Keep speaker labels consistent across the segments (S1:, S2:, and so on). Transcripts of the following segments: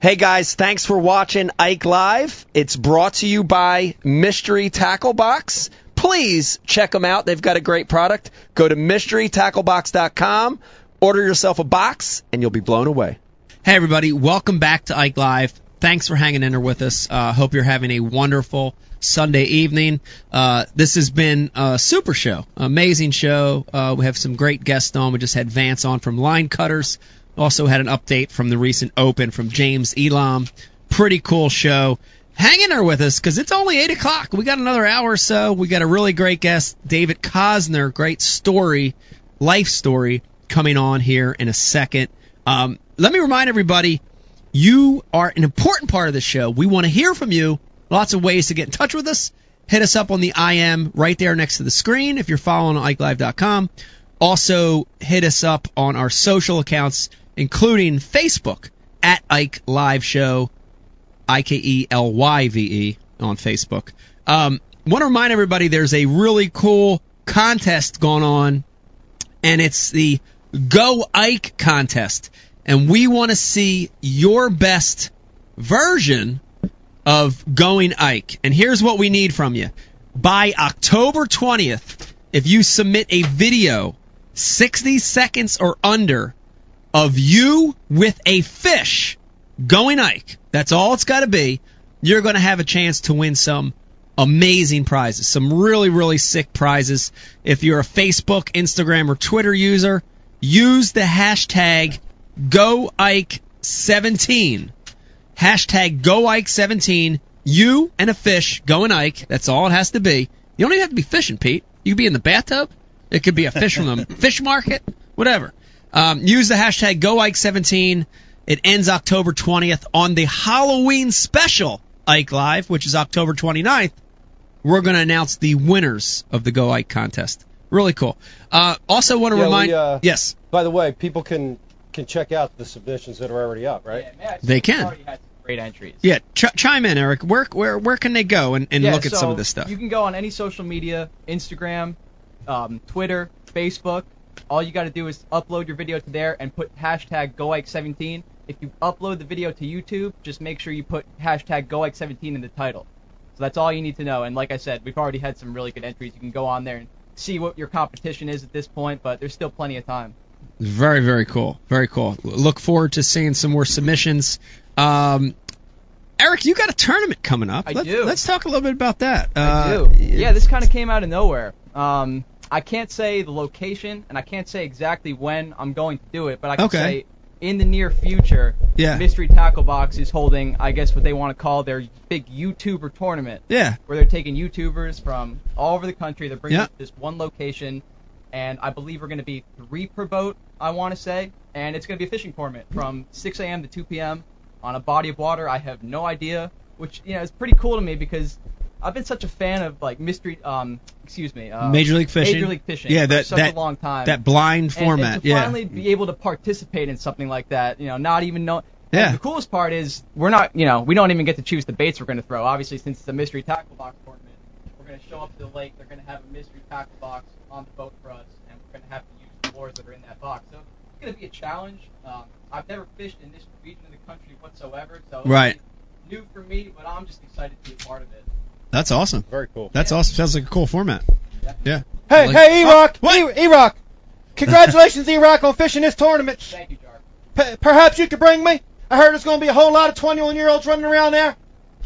S1: Hey guys, thanks for watching Ike Live. It's brought to you by Mystery Tackle Box. Please check them out. They've got a great product. Go to mysterytacklebox.com, order yourself a box, and you'll be blown away.
S2: Hey everybody, welcome back to Ike Live. Thanks for hanging in there with us. Uh, hope you're having a wonderful Sunday evening. Uh, this has been a super show, amazing show. Uh, we have some great guests on. We just had Vance on from Line Cutters. Also had an update from the recent Open from James Elam. Pretty cool show. Hang in there with us because it's only eight o'clock. We got another hour or so. We got a really great guest, David Cosner. Great story, life story coming on here in a second. Um, let me remind everybody, you are an important part of the show. We want to hear from you. Lots of ways to get in touch with us. Hit us up on the IM right there next to the screen if you're following on IkeLive.com. Also, hit us up on our social accounts, including Facebook at Ike Live Show, I K E L Y V E on Facebook. Um, want to remind everybody there's a really cool contest going on, and it's the Go Ike contest. And we want to see your best version of going Ike. And here's what we need from you. By October 20th, if you submit a video 60 seconds or under of you with a fish going Ike, that's all it's got to be, you're going to have a chance to win some amazing prizes, some really, really sick prizes. If you're a Facebook, Instagram, or Twitter user, use the hashtag GoIke17. Hashtag GoIke17. You and a fish going Ike. That's all it has to be. You don't even have to be fishing, Pete. You could be in the bathtub. It could be a fish from the fish market. Whatever. Um, use the hashtag GoIke17. It ends October 20th on the Halloween special Ike Live, which is October 29th. We're going to announce the winners of the Go Ike contest. Really cool. Uh, also, want to
S3: Yeah,
S2: remind.
S3: we, uh,
S2: yes.
S3: By the way, people can can check out the submissions that are already up, right?
S2: They can.
S4: Already had some great entries.
S2: Yeah, ch- chime in, Eric. Where where where can they go and, and
S4: Yeah,
S2: look at some
S4: so
S2: of this stuff?
S4: You can go on any social media, Instagram, um, Twitter, Facebook. All you got to do is upload your video to there and put hashtag GoIke17. If you upload the video to YouTube, just make sure you put hashtag GoIke17 in the title. So that's all you need to know. And like I said, we've already had some really good entries. You can go on there and see what your competition is at this point, but there's still plenty of time.
S2: Very very cool. Very cool. L- Look forward to seeing some more submissions. Um, Eric, you got a tournament coming up.
S4: I
S2: let's,
S4: do.
S2: Let's talk a little bit about that.
S4: I
S2: Uh,
S4: do. Yeah, this kind of came out of nowhere. Um, I can't say the location, and I can't say exactly when I'm going to do it, but I can
S2: Okay.
S4: say in the near future,
S2: Yeah.
S4: Mystery Tackle Box is holding, I guess, what they want to call their big YouTuber tournament,
S2: yeah.
S4: where they're taking YouTubers from all over the country. They're bringing
S2: Yeah.
S4: it to this one location, and I believe we're going to be three per boat, I want to say, and it's going to be a fishing tournament from 6 a.m. to 2 p.m. on a body of water. I have no idea, which you know is pretty cool to me because I've been such a fan of like mystery, um, excuse me, uh,
S2: Major League Fishing.
S4: Major League Fishing.
S2: Yeah, that
S4: for such
S2: that
S4: a long time.
S2: that blind
S4: And- and
S2: format.
S4: to
S2: yeah.
S4: finally be able to participate in something like that, you know, not even know. and
S2: Yeah.
S4: The coolest part is we're not, you know, we don't even get to choose the baits we're going to throw. Obviously, since it's a mystery tackle box tournament, we're going to show up to the lake. They're going to have a mystery tackle box on the boat for us, and we're going to have to use the lures that are in that box. So it's going to be a challenge. Um, I've never fished in this region of the country whatsoever, so it's
S2: Right.
S4: new for me. But I'm just excited to be a part of it.
S2: That's awesome.
S3: Very cool.
S2: That's awesome. Sounds like a cool format. Yeah.
S3: Hey,
S2: Like-
S3: hey, E-Rock!
S2: Oh,
S3: E- E-Rock! Congratulations, E-Rock, on fishing this tournament.
S4: Thank you, Jar.
S3: P- perhaps you could bring me? I heard there's going to be a whole lot of 21-year-olds running around there.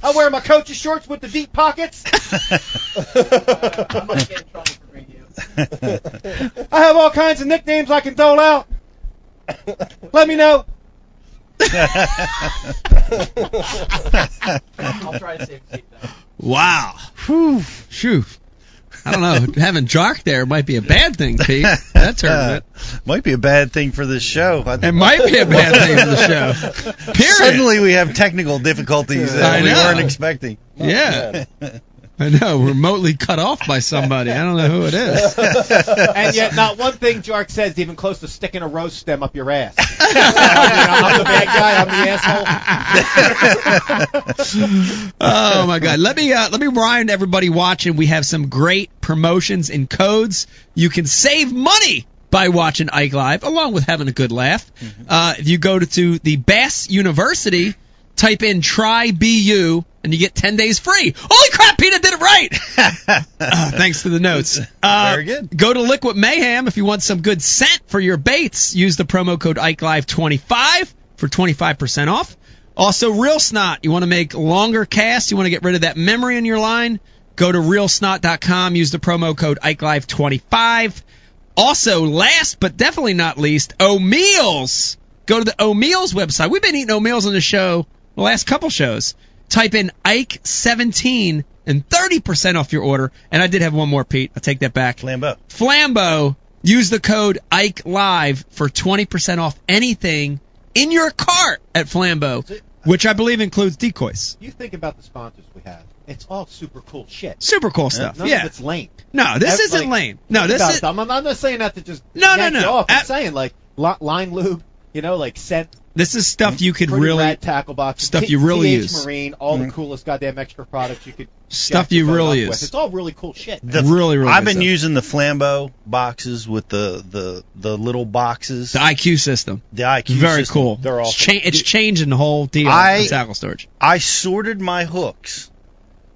S3: I wear my coach's shorts with the deep pockets.
S4: Uh, I'm going to get in trouble for bringing you.
S3: I have all kinds of nicknames I can dole out. Let me know.
S4: I'll try to save a seat though.
S2: Wow. Whew. Shoo. I don't know. Having Jock there might be a bad thing, Pete. That tournament.
S5: Might be a bad thing for this show. I-
S2: It might be a bad thing for the show. Period.
S5: Suddenly we have technical difficulties
S2: I
S5: that we
S2: know.
S5: weren't expecting.
S2: yeah. I know, remotely cut off by somebody. I don't know who it is.
S6: And yet, not one thing Jark says is even close to sticking a rose stem up your ass. You know, I'm the bad guy. I'm the asshole.
S2: Oh my God! Let me uh, let me remind everybody watching. We have some great promotions and codes. You can save money by watching
S5: Mm-hmm.
S2: Ike Live, along with having a good laugh. Uh, if you go to, to the Bass University type in try BU and you get 10 days free. Holy crap, Peter did it right! Uh, thanks to the notes. Uh,
S5: Very good.
S2: Go to Liquid Mayhem if you want some good scent for your baits. Use the promo code IkeLive25 for 25% off. Also, Real Snot. You want to make longer casts, you want to get rid of that memory in your line, go to realsnot.com, use the promo code IkeLive25. Also, last but definitely not least, O'Meals. Go to the O'Meals website. We've been eating O'Meals on the show the last couple shows. Type in Ike17 and 30% off your order. And I did have one more, Pete. I'll take that back.
S5: Lambo.
S2: Flambeau. Use the code Ike Live for 20% off anything in your cart at Flambeau, which I believe includes decoys.
S6: You think about the sponsors we have. It's all super cool shit.
S2: Super cool stuff.
S6: None
S2: yeah.
S6: of it's lame.
S2: No, this
S6: That's
S2: isn't
S6: like-
S2: lame. No, this
S6: About
S2: is.
S6: them. I'm, I'm not saying that to just
S2: No, no,
S6: yank
S2: no.
S6: You off. I'm
S2: Ab-
S6: saying like li- line lube, you know, like scent,
S2: This is stuff you could
S6: pretty
S2: really
S6: rad tackle box,
S2: stuff
S6: T-
S2: you really
S6: TH
S2: use.
S6: Marine, all the coolest goddamn extra products you could.
S2: stuff
S6: jack your
S2: you
S6: phone
S2: really
S6: up with.
S2: use.
S6: It's all really cool shit.
S5: The-
S2: Really, really
S5: I've
S2: good
S5: been
S2: stuff.
S5: using the Flambeau boxes with the the the little boxes.
S2: The IQ system.
S5: the IQ.
S2: Very
S5: system.
S2: cool.
S5: They're all
S2: It's, cha- it's changing the whole deal
S5: I-
S2: of tackle storage.
S5: I sorted my hooks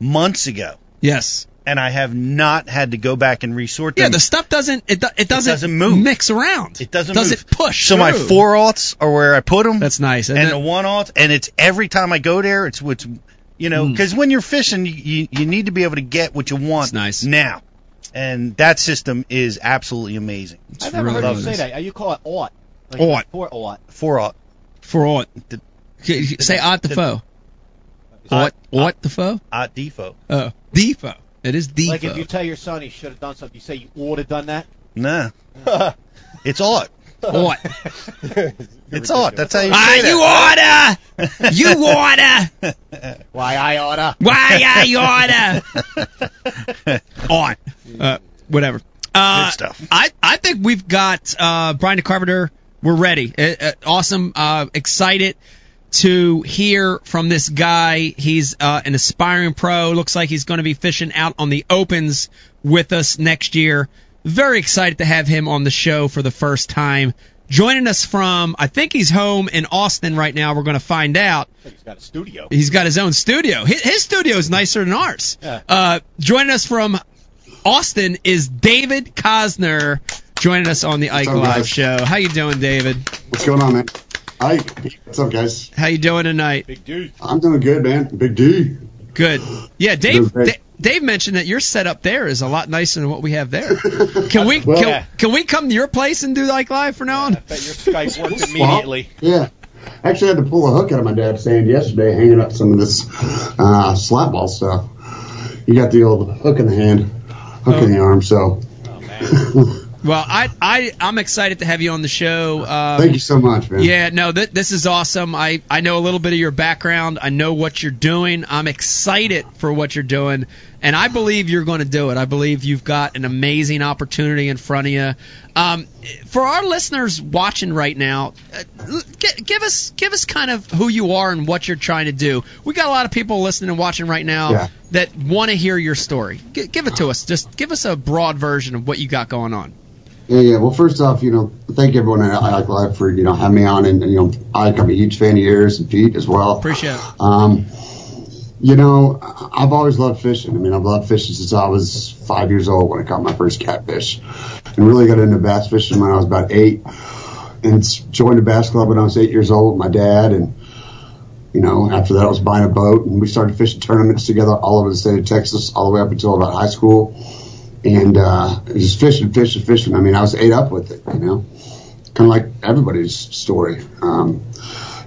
S5: months ago,
S2: Yes.
S5: and I have not had to go back and resort
S2: Yeah,
S5: them.
S2: the stuff doesn't it, do- it doesn't
S5: doesn't move.
S2: mix around.
S5: It doesn't
S2: doesn't
S5: move.
S2: push.
S5: so my
S2: through.
S5: four aughts are where I put them.
S2: That's nice. And,
S5: and
S2: then-
S5: the one off, and it's every time I go there, it's what's you know,
S2: Mm.
S5: because when you're fishing, you, you you need to be able to get what you want
S2: It's nice.
S5: now, and that system is absolutely amazing.
S6: I've never
S2: really
S6: heard you
S2: nice.
S6: say that. Uh, You call it aught. Like
S2: Ought.
S6: Four aught.
S5: Four aught,
S2: for what?
S5: The-
S2: Say odd the
S5: the-
S2: foe. What? What the foe?
S5: aught defo.
S2: Oh, the foe. It is the
S6: Like
S2: foe.
S6: if you tell your son he should have done something, you say you ought have done that.
S5: Nah, it's aught.
S2: What?
S5: It's aught. That's how you say
S2: Ah, you
S5: that.
S2: order. You order.
S6: Why I oughta?
S2: Why I order? On. Uh, whatever. Uh,
S5: Good stuff.
S2: I, I think we've got uh, Brian DeCarpenter. We're ready. Uh, uh, awesome. Uh, excited to hear from this guy. He's uh, an aspiring pro. Looks like he's going to be fishing out on the opens with us next year. Very excited to have him on the show for the first time. Joining us from, I think he's home in Austin right now. We're going to find out.
S6: I think he's got a studio.
S2: He's got his own studio. His, his studio is nicer than ours.
S6: Yeah.
S2: Uh, joining us from Austin is David Cosner. Joining us on the Ike
S7: up,
S2: Live
S7: guys?
S2: show. How you doing, David?
S7: What's going on, man? Hi, what's up, guys?
S2: How you doing tonight?
S6: Big dude.
S7: I'm doing good, man. Big D.
S2: Good. Yeah, Dave.
S7: Doing
S2: D-
S7: great.
S2: Dave mentioned that your setup there is a lot nicer than what we have there. Can we
S7: Well-
S2: can,
S7: Yeah.
S2: can we come to your place and do the Ike Live for now on?
S6: Bet your Skype worked
S7: Well,
S6: immediately.
S7: yeah. Actually, I had to pull a hook out of my dad's sand yesterday, hanging up some of this uh, slap ball stuff. You got the old hook in the hand, hook in the
S2: Oh.
S7: arm. So,
S6: Oh,
S2: Well, I I I'm excited to have you on the show. Uh,
S7: thank you so much, man.
S2: Yeah, no, th- this is awesome. I, I know a little bit of your background. I know what you're doing. I'm excited for what you're doing, and I believe you're going to do it. I believe you've got an amazing opportunity in front of you. Um, for our listeners watching right now, uh, l- gi- give us give us kind of who you are and what you're trying to do. We got a lot of people listening and watching right now
S7: Yeah.
S2: that want to hear your story. G- give it to us. Just give us a broad version of what you got going on.
S7: Yeah, yeah. Well, first off, you know, thank everyone at Ike Live for you know having me on, and you know, Ike, I'm a huge fan of yours and Pete as well.
S2: Appreciate it.
S7: Um, you know, I- I've always loved fishing. I mean, I've loved fishing since I was five years old when I caught my first catfish, and really got into bass fishing when I was about eight, and s- joined a bass club when I was eight years old with my dad, and you know, after that I was buying a boat, and we started fishing tournaments together all over the state of Texas, all the way up until about high school, and uh, just fishing, fishing, fishing. I mean, I was ate up with it, you know, kind of like everybody's story. Um,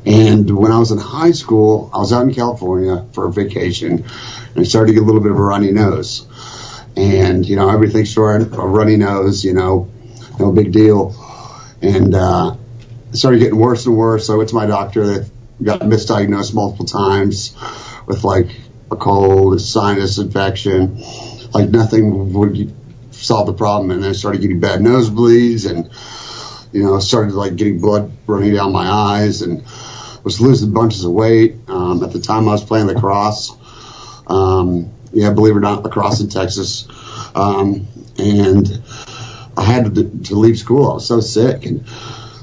S7: and when I was in high school, I was out in California for a vacation and I started to get a little bit of a runny nose. And, you know, everything's short, a runny nose, you know, no big deal. And uh, it started getting worse and worse. I went to my doctor that got misdiagnosed multiple times with like a cold, a sinus infection. Like nothing would solve the problem. And then I started getting bad nosebleeds and, you know, started like getting blood running down my eyes and was losing bunches of weight. Um, at the time, I was playing lacrosse. Um, yeah, believe it or not, lacrosse in Texas. Um, and I had to, to leave school. I was so sick and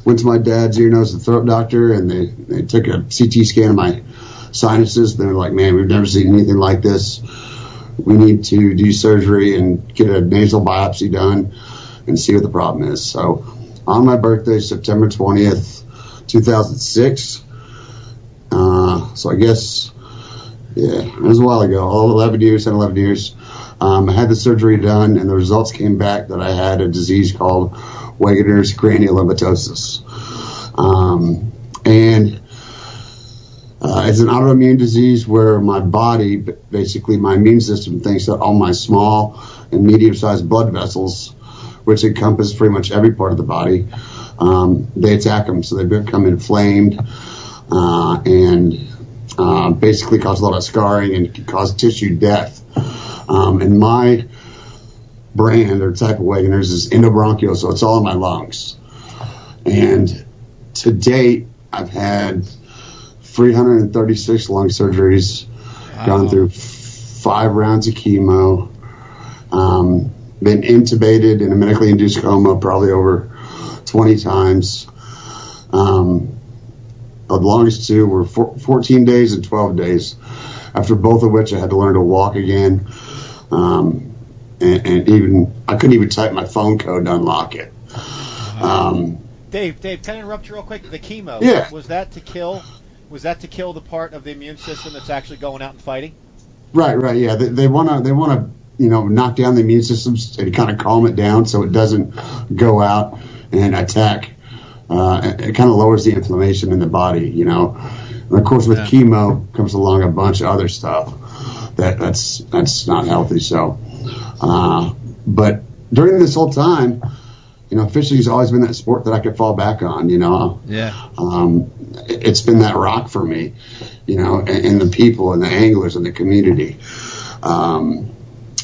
S7: went to my dad's ear, nose, and throat doctor, and they, they took a CT scan of my sinuses. They're like, man, we've never seen anything like this. We need to do surgery and get a nasal biopsy done and see what the problem is. So on my birthday, September 20th, 2006, uh, so I guess yeah, it was a while ago, all 11 years, 10, 11 years. Um, I had the surgery done, and the results came back that I had a disease called Wegener's granulomatosis. Um, and uh, it's an autoimmune disease where my body, b- basically my immune system, thinks that all my small and medium sized blood vessels, which encompass pretty much every part of the body, um, they attack them. So they become inflamed uh, and uh, basically cause a lot of scarring and can cause tissue death. Um, and my brand or type of Wagoner's is endobronchial, so it's all in my lungs. And to date, I've had 336 lung surgeries, gone through f- five rounds of chemo, um, been intubated in a medically induced coma probably over 20 times. Um, the longest two were four, 14 days and 12 days, after both of which I had to learn to walk again. Um, and, and even I couldn't even type my phone code to unlock it. Um,
S6: Dave, Dave, can I interrupt you real quick? The chemo.
S7: Yeah.
S6: Was that to kill? Was that to kill the part of the immune system that's actually going out and fighting?
S7: Right, right, yeah. They, they want to, they want to, you know, knock down the immune system and kind of calm it down so it doesn't go out and attack. Uh, it kind of lowers the inflammation in the body, you know. And of course, with chemo comes along a bunch of other stuff that that's that's not healthy. So, uh, but during this whole time, you know, fishing's always been that sport that I could fall back on. You know,
S2: Yeah.
S7: um, it- it's been that rock for me, you know, and, and the people and the anglers and the community. Um,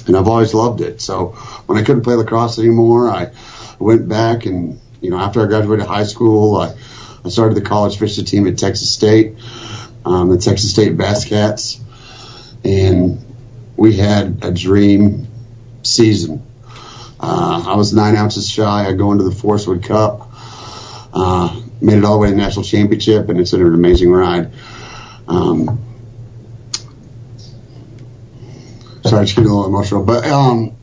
S7: and I've always loved it. So when I couldn't play lacrosse anymore, I went back and, you know, after I graduated high school, I, I started the college fishing team at Texas State, um, the Texas State Bass Cats. And we had a dream season. Uh, I was nine ounces shy. I go into the Forestwood Cup uh, made it all the way to the national championship, and it's been an amazing ride. Um, sorry, it's getting a little emotional, but um,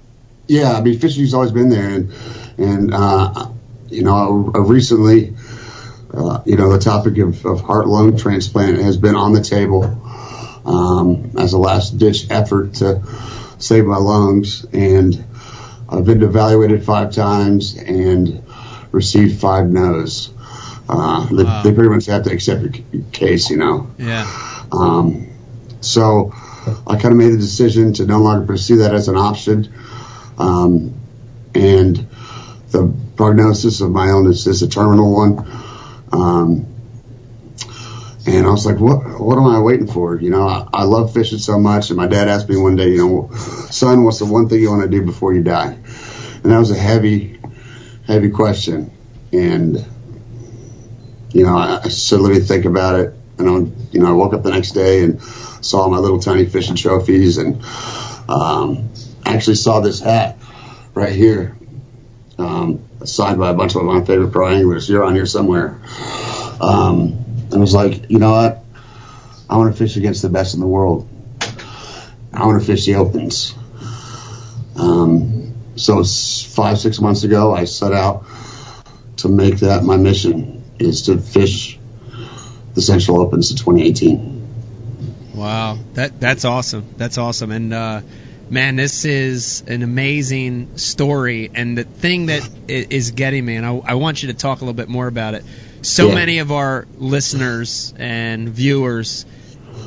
S7: yeah, I mean, fishing's always been there, and and uh, you know, I- I recently, uh, you know, the topic of, of heart lung transplant has been on the table um, as a last ditch effort to save my lungs, and I've been evaluated five times, and received five no's. Uh, they,
S2: Wow.
S7: they pretty much have to accept your c- case, you know.
S2: Yeah.
S7: Um, so I kind of made the decision to no longer pursue that as an option. Um, and the prognosis of my illness is a terminal one. Um, and I was like, what, what am I waiting for? You know, I, I love fishing so much. And my dad asked me one day, you know, son, what's the one thing you want to do before you die? And that was a heavy, heavy question. And, you know, I, I said, let me think about it. And I, you know, I woke up the next day and saw my little tiny fishing trophies and, um, actually saw this hat right here, um, signed by a bunch of my favorite pro anglers. You're on here somewhere. Um, and was like, you know what? I want to fish against the best in the world. I want to fish the opens. Um, so s- five, six months ago, I set out to make that my mission is to fish the Central Opens of 2018.
S2: Wow. That that's awesome. That's awesome. And uh, man, this is an amazing story. And the thing that i- is getting me, and I, I want you to talk a little bit more about it. So
S7: Yeah.
S2: many of our listeners and viewers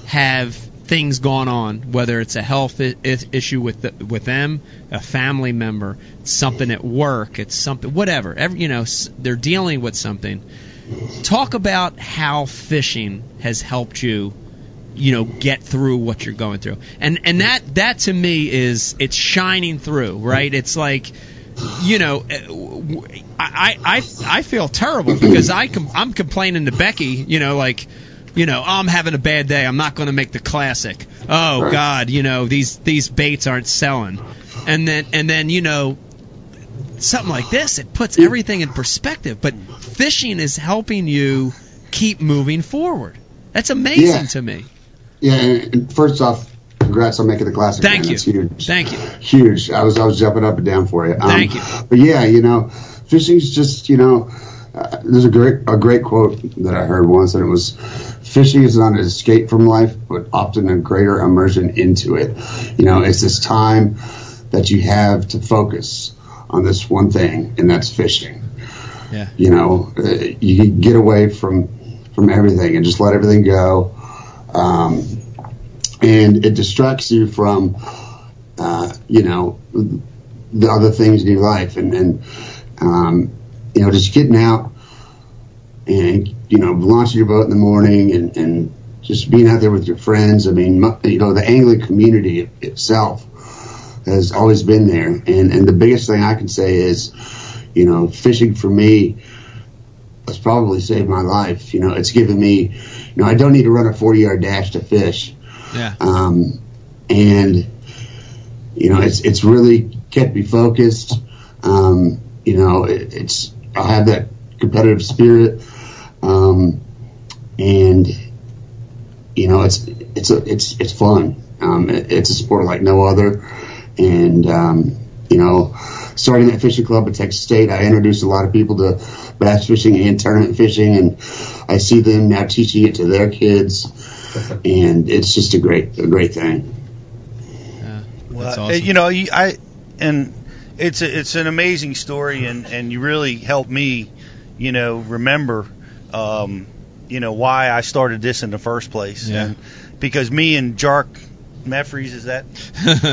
S2: have things gone on, whether it's a health I- i- issue with the, with them, a family member, something at work, it's something, whatever. Every, you know, s- they're dealing with something. Talk about how fishing has helped you, you know, get through what you're going through, and and that that to me is it's shining through, right? It's like you know, uh, w- I I I I feel terrible because I com- I'm complaining to Becky, you know, like, you know, "Oh, I'm having a bad day. I'm not going to make the classic. Oh
S7: Right.
S2: God, you know these these baits aren't selling, and then and then you know. Something like this, it puts everything in perspective. But fishing is helping you keep moving forward. That's amazing
S7: Yeah.
S2: to me.
S7: yeah, and and first off, congrats on making the classic.
S2: Thank
S7: man.
S2: you.
S7: That's huge.
S2: Thank you.
S7: Huge. I was I was jumping up and down for you. Um,
S2: Thank you.
S7: But yeah, you know, fishing's just you know. Uh, there's a great a great quote that I heard once, and it was, "Fishing is not an escape from life, but often a greater immersion into it." You know, it's this time that you have to focus on this one thing, and that's fishing
S2: Yeah.
S7: you know, uh, you can get away from from everything and just let everything go. Um, and it distracts you from, uh, you know, the other things in your life, and and um, you know, just getting out and you know, launching your boat in the morning and and just being out there with your friends. I mean, mu- you know, the angling community itself has always been there, and and the biggest thing I can say is, you know, fishing for me has probably saved my life. You know, it's given me, you know, I don't need to run a 40 yard dash to fish.
S2: Yeah.
S7: Um, and, you know, it's, it's really kept me focused. Um, you know, it, it's, I have that competitive spirit. Um, and, you know, it's, it's, a, it's, it's fun. Um, it, it's a sport like no other. And, um, you know, starting that fishing club at Texas State, I introduced a lot of people to bass fishing and tournament fishing, and I see them now teaching it to their kids, and it's just a great, a great thing.
S2: yeah.
S5: Well,
S2: That's
S5: uh,
S2: awesome.
S5: You know, you- I and it's a, it's an amazing story, and and you really helped me, you know, remember, um, you know, why I started this in the first place.
S2: Yeah.
S5: And because me and Jark Meffries is that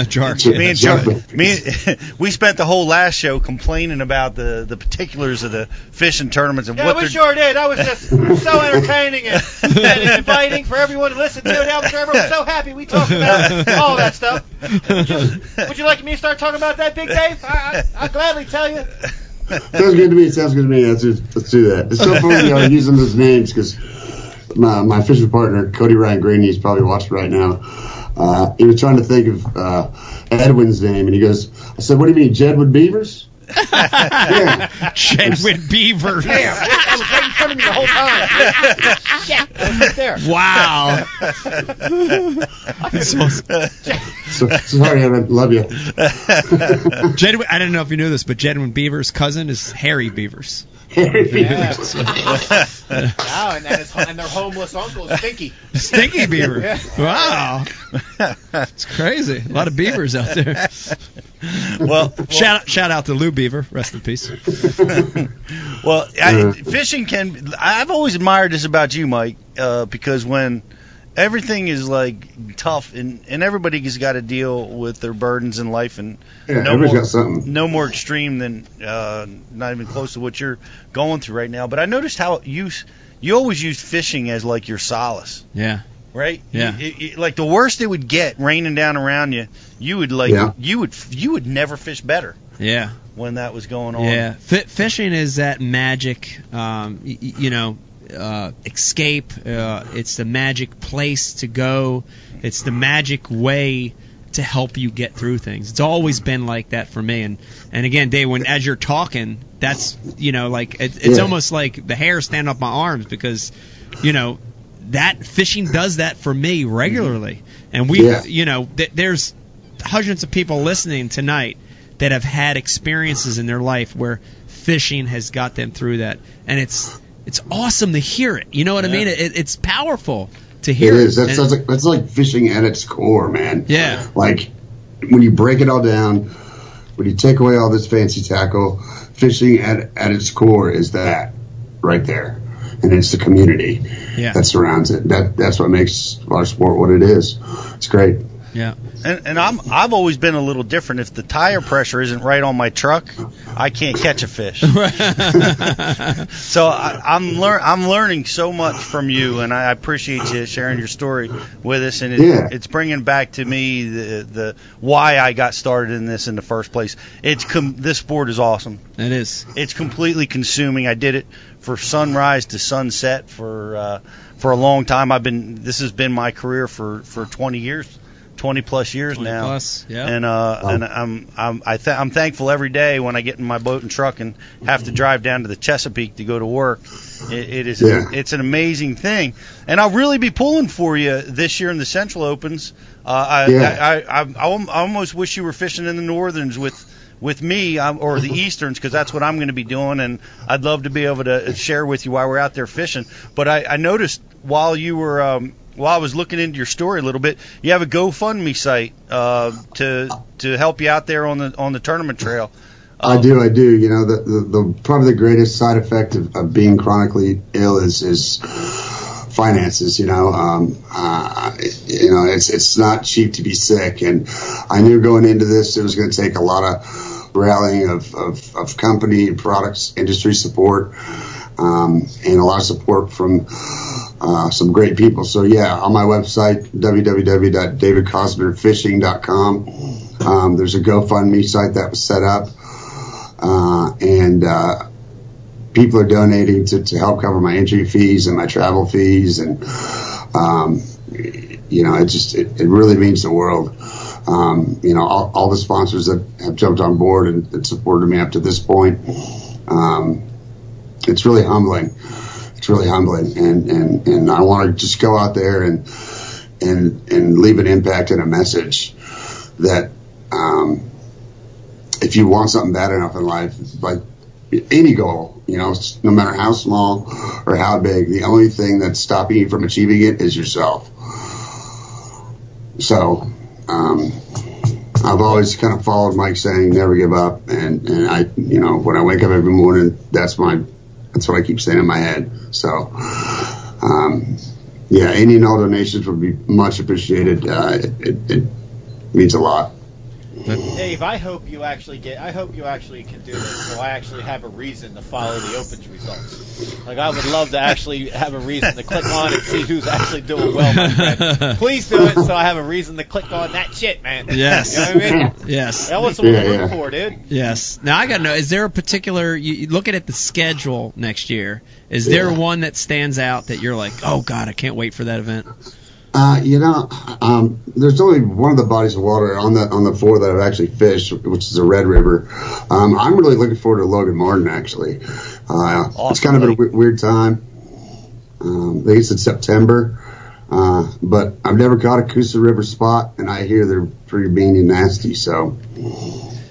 S2: Jark.
S5: me and
S2: Yeah.
S5: Joe,
S7: Jark Meffries.
S5: me, we spent the whole last show complaining about the the particulars of the fishing tournaments and
S3: Yeah,
S5: what
S3: we
S5: they're
S3: sure did. I was just so entertaining and, and inviting for everyone to listen to it. Albert Trevor was so happy we talked about all that stuff. Would you, would you like me to start talking about that, Big Dave? I, I, I'll gladly tell you.
S7: Sounds good to me. Sounds good to me. Let's, just, let's do that. It's so funny y'all using those names because my, my fishing partner Cody Ryan Green, he's probably watching right now. Uh, he was trying to think of uh, Edwin's name, and he goes, "I said, what do you mean, Jedwood Beavers?" yeah.
S2: Jedwin Beaver.
S3: I was right in front of me the whole time.
S2: Wow. That's awesome.
S7: So, sorry, Evan. Love you.
S2: Jedwin, I don't know if you knew this, but Jedwin Beaver's cousin is Harry Beavers.
S6: Wow, and, that is, and their homeless uncle is Stinky.
S2: Stinky Beaver. Wow. It's crazy. A lot of beavers out there.
S5: well
S2: Shout out, shout out to Lou Beaver. Rest in peace.
S5: Well, I,
S7: Yeah.
S5: fishing can. I've always admired this about you, Mike, uh, because when everything is like tough and and everybody's got to deal with their burdens in life, and
S7: Yeah,
S5: no
S7: everybody's
S5: more
S7: got something.
S5: no more extreme than uh, not even close to what you're going through right now. But I noticed how you s- you always used fishing as like your solace,
S2: Yeah.
S5: right?
S2: Yeah.
S5: You- you- like the worst it would get raining down around you, you would like
S7: Yeah.
S5: you would you would never fish better
S2: Yeah.
S5: when that was going on.
S2: Yeah, F- fishing is that magic, um, y- y- you know, uh, escape. Uh, it's the magic place to go. It's the magic way to help you get through things. It's always been like that for me. And and again, Dave, when as you're talking, that's you know, like it, it's
S7: Yeah.
S2: almost like the hair stand up my arms because, you know. That fishing does that for me regularly, and we,
S7: Yeah.
S2: you know, th- there's hundreds of people listening tonight that have had experiences in their life where fishing has got them through that, and it's it's awesome to hear it. You know what I mean? It, it's powerful to
S7: It
S2: hear.
S7: is. That's,
S2: And-
S7: that's like that's like fishing at its core, man.
S2: Yeah.
S7: Like when you break it all down, when you take away all this fancy tackle, fishing at at its core is that right there, and it's the community
S2: yeah,
S7: that surrounds it. That that's what makes our sport what it is. It's great.
S2: yeah,
S5: And, and I'm I've always been a little different. If the tire pressure isn't right on my truck, I can't catch a fish. so I, I'm learn I'm learning so much from you, and I appreciate you sharing your story with us. And it,
S7: Yeah.
S5: it's bringing back to me the the why I got started in this in the first place. It's com- this sport is awesome.
S2: it is.
S5: It's completely consuming. I did it for sunrise to sunset for uh, for a long time. I've been this has been my career for for 20 years. 20 plus years
S2: 20
S5: now.
S2: plus, yeah.
S5: And uh,
S7: Wow.
S5: and I'm I'm I th- I'm thankful every day when I get in my boat and truck and have to drive down to the Chesapeake to go to work. It, it is
S7: Yeah.
S5: it's an amazing thing, and I'll really be pulling for you this year in the Central Opens. Uh, I,
S7: Yeah.
S5: I, I, I al- I almost wish you were fishing in the Northerns with. With me um, or the Easterns, because that's what I'm going to be doing, and I'd love to be able to share with you while we're out there fishing. But I, I noticed while you were um, while I was looking into your story a little bit, you have a GoFundMe site uh, to to help you out there on the on the tournament trail.
S7: I do, I do. You know, the, the, the probably the greatest side effect of, of being chronically ill is is finances. You know, um, uh, you know, it's it's not cheap to be sick, and I knew going into this it was going to take a lot of rallying of, of, of company and products industry support um, and a lot of support from uh, some great people so yeah on my website www.davidcosnerfishing.com um, there's a gofundme site that was set up uh, and uh, people are donating to, to help cover my entry fees and my travel fees and um, you know it just it, it really means the world um, you know all, all the sponsors that have jumped on board and, and supported me up to this point um, it's really humbling it's really humbling and and, and I want to just go out there and and and leave an impact and a message that um, if you want something bad enough in life, it's like any goal, you know, s- no matter how small or how big, the only thing that's stopping you from achieving it is yourself. So, um, I've always kind of followed Mike saying never give up, and and I, you know, when I wake up every morning, that's my, that's what I keep saying in my head. So, um, yeah, any and all donations would be much appreciated. Uh, it, it, it means a lot.
S6: Dave, I hope you actually get. I hope you actually can do this, so I actually have a reason to follow the Opens results. Like I would love to actually have a reason to click on and see who's actually doing
S5: oh
S6: well. My friend. Please do it, so I have a reason to click on that shit, man.
S2: Yes.
S6: You know what I mean?
S2: Yes.
S6: That was someone
S7: Yeah,
S6: to root
S7: yeah.
S6: for, dude.
S2: Yes. Now I gotta know: is there a particular? You, you- looking at the schedule next year, is there
S7: Yeah.
S2: one that stands out that you're like, oh god, I can't wait for that event?
S7: Uh, you know, um, there's only one of the bodies of water on the on the four that I've actually fished, which is the Red River. Um, I'm really looking forward to Logan Martin. Actually, uh, it's kind of been a w- weird time. Um, I think it's in September, uh, but I've never caught a Coosa River spot, and I hear they're pretty mean and nasty. So,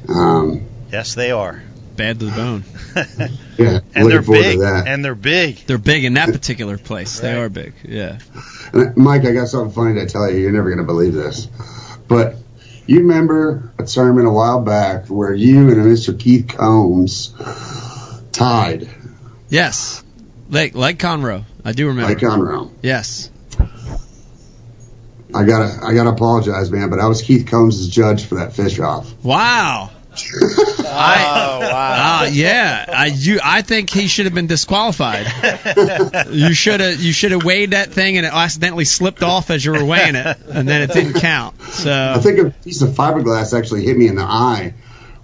S7: um,
S5: Yes, they are,
S2: Bad to the bone.
S7: yeah,
S5: and
S7: looking
S5: they're
S7: forward
S5: big,
S7: to that.
S5: and they're big.
S2: They're big in that particular place. They are big. Yeah.
S7: And, uh, Mike, I got something funny to tell you. You're never going to believe this. But you remember a tournament a while back where you and Mr. Keith Combs tied
S2: Yes. Lake Lake Conroe. I do remember.
S7: Mike Conroe.
S2: Yes.
S7: I gotta, I gotta apologize, man, but I was Keith Combs' judge for that fish off.
S2: Wow.
S6: Oh wow.
S2: Ah, yeah. I you I think he should have been disqualified. you should have you should have weighed that thing and it accidentally slipped off as you were weighing it, and then it didn't count.
S7: I
S2: So
S7: think a piece of fiberglass actually hit me in the eye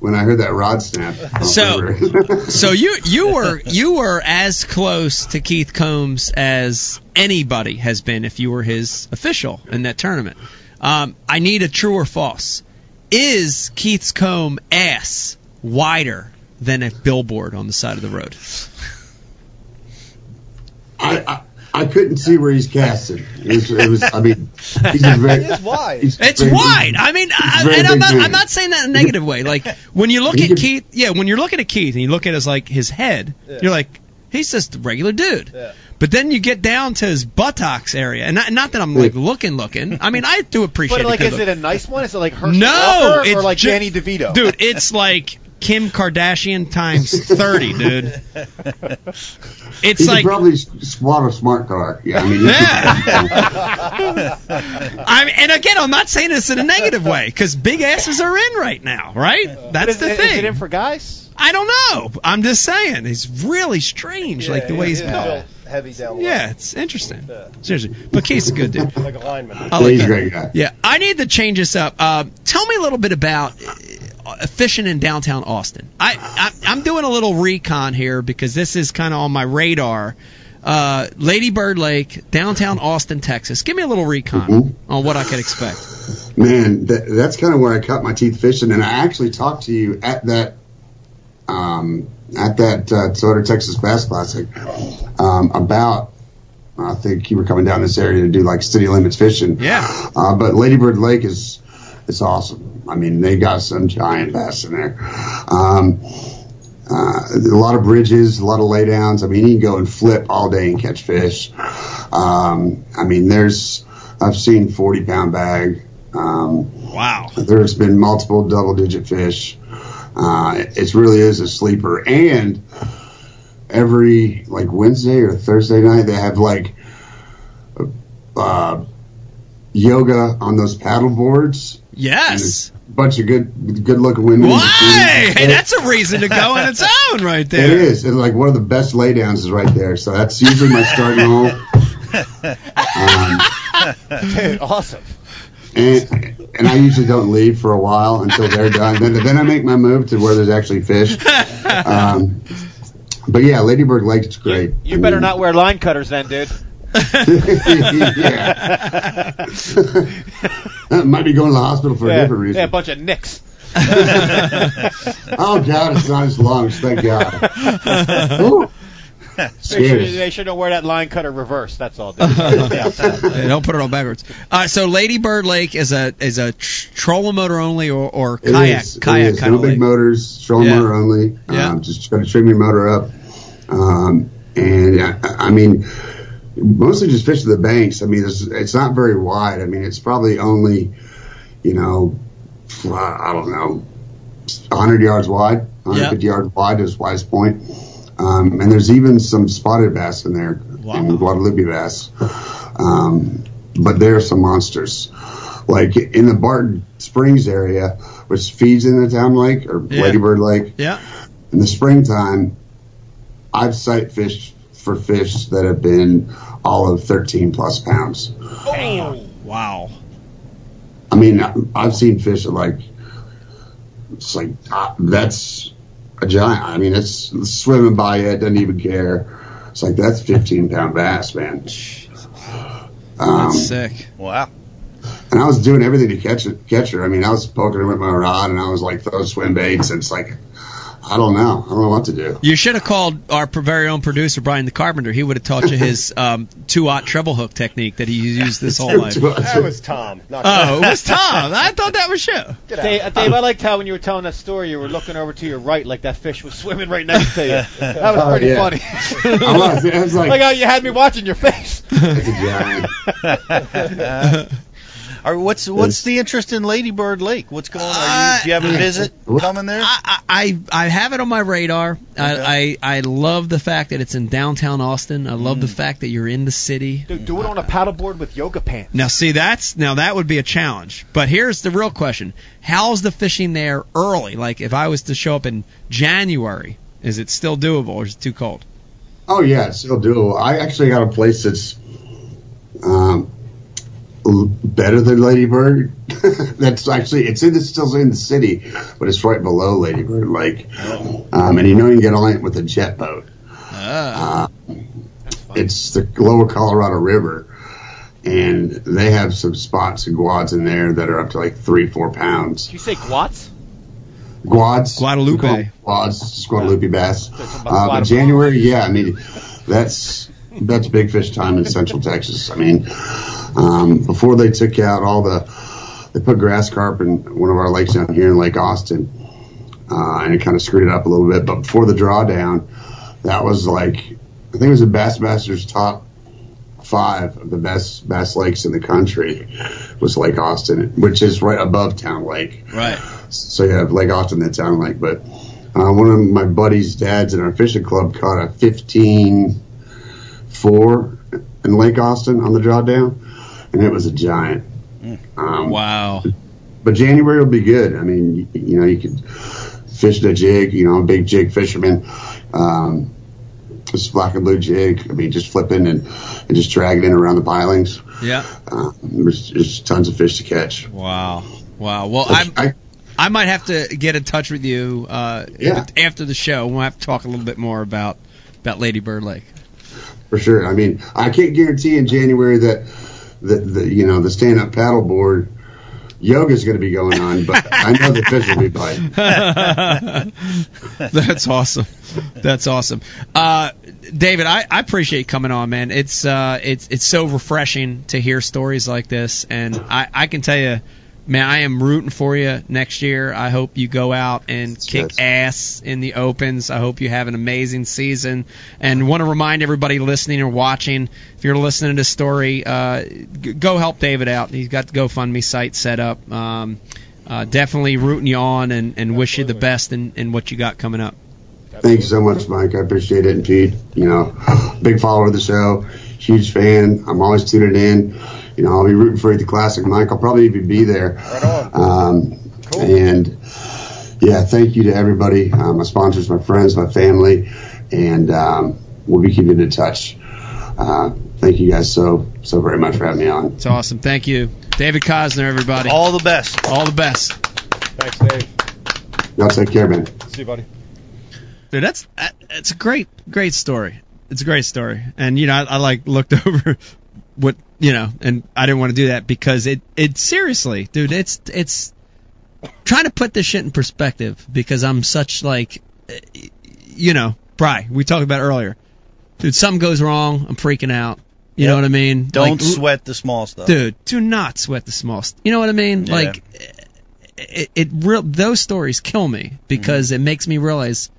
S7: when I heard that rod snap. I don't
S2: So-
S7: remember.
S2: so you you were you were as close to Keith Combs as anybody has been if you were his official in that tournament. Um, I need a true or false. Is Keith's comb ass wider than a billboard on the side of the road?
S7: I, I, I couldn't see where he's casting. It was, it was I mean, he's a very,
S3: It's wide.
S7: he's a
S2: It's
S7: very-
S2: wide. I mean, I,
S7: Very
S2: and I'm
S7: big
S2: not,
S7: dude.
S2: I'm not saying that in a negative way. Like when you look
S7: He
S2: at
S7: could-
S2: Keith, yeah, when you're looking at Keith and you look at his like his head, you're like he's just a regular dude. But then you get down to his buttocks area, and not, not that I'm like looking, looking. I mean, I do appreciate.
S6: But like,
S2: a good
S6: is
S2: look.
S6: it a nice one? Is it like Herschel
S2: No,
S6: Walker
S2: it's
S6: or like
S2: ju-
S6: Danny DeVito?
S2: dude? It's like Kim Kardashian times thirty, dude. It's
S7: He
S2: like
S7: could probably s- swat a smart car. Yeah, I mean,
S2: Yeah. I'm, and again, I'm not saying this in a negative way because big asses are in right now, right? That's
S6: is,
S2: the
S6: is
S2: thing.
S6: it in for guys?
S2: I don't know. I'm just saying, it's really strange, like the way he's built. Yeah,
S3: Heavy down low.
S2: it's interesting. Seriously, but Keith's a good dude.
S3: Like a lineman.
S2: I like
S7: he's
S2: that.
S7: a great guy.
S2: Yeah, I need to change this up. Uh, tell me a little bit about uh, fishing in downtown Austin. I, I I'm doing a little recon here because this is kind of on my radar. Uh, Lady Bird Lake, downtown Austin, Texas. Give me a little recon
S7: Mhm.
S2: on what I could expect.
S7: Man, that, that's kind of where I cut my teeth fishing, and I actually talked to you at that um, at that uh, Toyota Texas Bass Classic um, about. I think you were coming down this area to do like city limits fishing.
S2: Yeah.
S7: Uh, but Ladybird Lake is it's awesome. I mean, they got some giant bass in there. Um, uh, a lot of bridges, a lot of laydowns. I mean, you can go and flip all day and catch fish. Um, I mean, there's I've seen 40 pound bag. Um,
S2: Wow.
S7: there's been multiple double digit fish. Uh, it- it really is a sleeper. And every like Wednesday or Thursday night, they have like uh, yoga on those paddle boards.
S2: Yes.
S7: Bunch of good, good looking women. in
S2: Why?
S7: bikinis.
S2: Hey, that's a reason to go on its own right
S7: It
S2: there.
S7: is. It's like one of the best laydowns is right there. So that's usually my starting hole. Um,
S6: Dude, awesome.
S7: and, and I usually don't leave for a while until they're done. Then, then I make my move to where there's actually fish. Um, but yeah, Ladybird Lake is great.
S6: You better not wear line cutters then, dude.
S7: yeah. Might be going to the hospital for a
S6: Yeah,
S7: different
S6: yeah, a
S7: reason.
S6: bunch of nicks.
S7: oh God, it's not as long. Thank God. Ooh.
S6: They should,
S7: Cheers.
S6: they shouldn't wear that line cutter reverse. That's all. Dude.
S2: Uh-huh.
S6: Yeah.
S2: Hey, don't put it on backwards. Uh, so Lady Bird Lake is a is a tr- trolling motor only or, or
S7: It
S2: kayak
S7: is, it
S2: kayak
S7: is.
S2: kind
S7: no
S2: of
S7: big
S2: lake.
S7: motors, stroll
S2: Yeah.
S7: motor only.
S2: Yeah.
S7: Um, just try to trim your motor up. Um, and I, I mean, mostly just fish to the banks. I mean, it's, it's not very wide. I mean, it's probably only, you know, I I don't know, 100 yards wide, 150 yards wide is widest point. Um, and there's even some spotted bass in there and Guadalupe bass. Um, but there are some monsters. Like in the Barton Springs area, which feeds into Town Lake or
S2: Yeah.
S7: Ladybird Lake,
S2: Yeah.
S7: in the springtime, I've sight fished for fish that have been all of 13 plus pounds.
S2: Wow.
S7: I mean, I- I've seen fish that like, it's like uh, that's a giant. I mean, it's swimming by it, doesn't even care. It's like that's 15 pound bass, man. Um,
S2: That's sick.
S5: Wow.
S7: and I was doing everything to catch it, catch her. I mean, I was poking her with my rod, and I was like throwing swim baits, and it's like, I don't know, I don't know what to do.
S2: You should have called our p- very own producer Brian the Carpenter. He would have taught you his um, two-aught treble hook technique that he's used this whole life.
S6: That was Tom. Not
S2: Oh, it was Tom. I thought that was you.
S6: Dave, Dave, I liked how when you were telling that story, you were looking over to your right like that fish was swimming right next to you. That was
S7: Oh,
S6: pretty
S7: yeah.
S6: funny.
S7: I was, it was
S6: like
S7: like,
S6: how you had me watching your face.
S7: it's a giant.
S5: All right, what's what's the interest in Ladybird Lake? What's going on? Are you, do you have a visit coming there?
S2: Uh, I, I I have it on my radar. I,
S5: Okay.
S2: I I love the fact that it's in downtown Austin. I love the fact that you're in the city.
S6: Dude, do it on a paddleboard with yoga pants.
S2: Now see that's now that would be a challenge. But here's the real question: How's the fishing there early? Like if I was to show up in January, is it still doable or is it too cold?
S7: Oh yeah, it's still doable. I actually got a place that's um, l- better than Ladybird. that's actually it's in it's still in the city, but it's right below Ladybird Lake, um, and you know you can get on it with a jet boat. Uh, it's the lower Colorado River, and they have some spots and quads in there that are up to like three, four pounds.
S6: Did you say guats?
S7: Guads,
S2: Guadalupe.
S7: Guad- Guads, it's Guadalupe bass.
S6: about
S7: Uh, but
S6: Guadalupe.
S7: January, yeah, I mean, that's that's big fish time in Central Texas. I mean, um, before they took out all the, they put grass carp in one of our lakes down here in Lake Austin, uh, and it kind of screwed it up a little bit. But before the drawdown, that was like, I think it was the Bassmasters top five of the best bass lakes in the country was Lake Austin, which is right above Town Lake.
S2: Right.
S7: So you have Lake Austin that sound like, but uh, one of my buddy's dads in our fishing club caught a 15 4 in Lake Austin on the drawdown, and it was a giant. Um,
S2: Wow.
S7: But January will be good. I mean, you, you know, you could fish the jig, you know, I'm a big jig fisherman. Um, just black and blue jig. I mean, just flipping and, and just dragging it around the pilings.
S2: Yeah.
S7: Uh, there's, there's tons of fish to catch.
S2: Wow. Wow. Well, I'm,
S7: I-
S2: I might have to get in touch with you uh,
S7: Yeah.
S2: after the show. We'll have to talk a little bit more about about Lady Bird Lake.
S7: for sure. I mean, I can't guarantee in January that the, the you know the stand up paddle board yoga's going to be going on, but I know the fish will be biting.
S2: That's awesome. That's awesome. Uh, David, I, I appreciate you coming on, man. It's uh, it's it's so refreshing to hear stories like this, and I, I can tell you, man, I am rooting for you next year. I hope you go out and kick
S7: Yes.
S2: ass in the opens. I hope you have an amazing season, and want to remind everybody listening or watching, if you're listening to this story, uh, g- go help David out. He's got the GoFundMe site set up. Um, uh, definitely rooting you on and, and wish you the best in, in what you got coming up.
S7: Thank you so much, Mike. I appreciate it. And Pete, you know, big follower of the show, huge fan. I'm always tuning in. You know, I'll be rooting for you at the Classic, Mike. I'll probably even be there. Right on. Um, And yeah, thank you to everybody, uh, my sponsors, my friends, my family, and um, we'll be keeping in touch. Uh, thank you guys so so very much for having me on.
S2: It's awesome. Thank you. David Cosner, everybody. All,
S5: All the best.
S2: the best.
S8: Thanks, Dave.
S7: Y'all take care, man.
S8: See you, buddy.
S2: Dude, that's that- it's a great, great story. It's a great story. And, you know, I, I like looked over what, you know, and I didn't want to do that because it, it seriously, dude, it's, it's trying to put this shit in perspective because I'm such like, eh, you know, Bry, we talked about earlier. Dude, something goes wrong. I'm freaking out. You know what I mean?
S5: Don't
S2: Like, l-
S5: sweat the small stuff.
S2: dude do not sweat the small st- you know what i mean
S5: Yeah.
S2: like it, it real those stories kill me because it makes me realize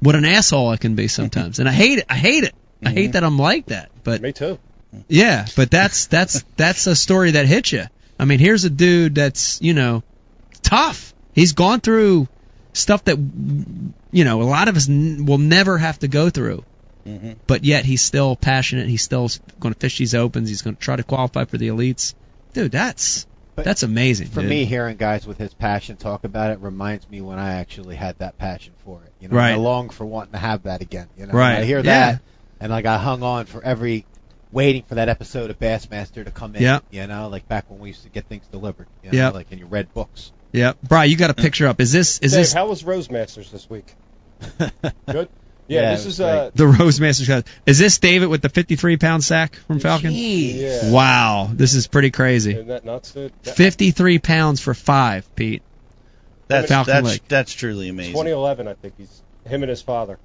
S2: what an asshole i can be sometimes and i hate it i hate it i hate that i'm like that but
S8: Me too.
S2: yeah but that's that's that's a story that hits you i mean here's a dude that's you know tough he's gone through stuff that you know a lot of us n- will never have to go through
S8: Mm-hmm.
S2: but yet he's still passionate. He's still going to fish these opens. He's going to try to qualify for the elites. Dude, that's
S8: But
S2: that's amazing.
S8: For
S2: dude.
S8: me, hearing guys with his passion talk about it reminds me when I actually had that passion for it. You know,
S2: Right.
S8: I long for wanting to have that again. You know,
S2: Right.
S8: I hear
S2: Yeah.
S8: that, and like I hung on for every, waiting for that episode of Bassmaster to come in.
S2: Yep.
S8: You know, like back when we used to get things delivered. You know,
S2: Yep.
S8: Like in your red books.
S2: yeah, Brian, you got a picture up. Is this is
S9: Dave,
S2: this
S9: how was Rosemasters this week? Good.
S8: Yeah,
S9: Yeah,
S8: it
S9: this
S8: was
S9: is uh,
S2: the Rosemaster shot? Is this David with the 53 pound sack from Falcon?
S9: yeah.
S2: Wow, this is pretty crazy.
S9: Isn't that nuts? That- that-
S2: 53 pounds for five, Pete.
S5: That's
S2: Falcon
S5: that's
S2: Lake.
S5: that's truly amazing.
S9: 2011, I think he's him and his father.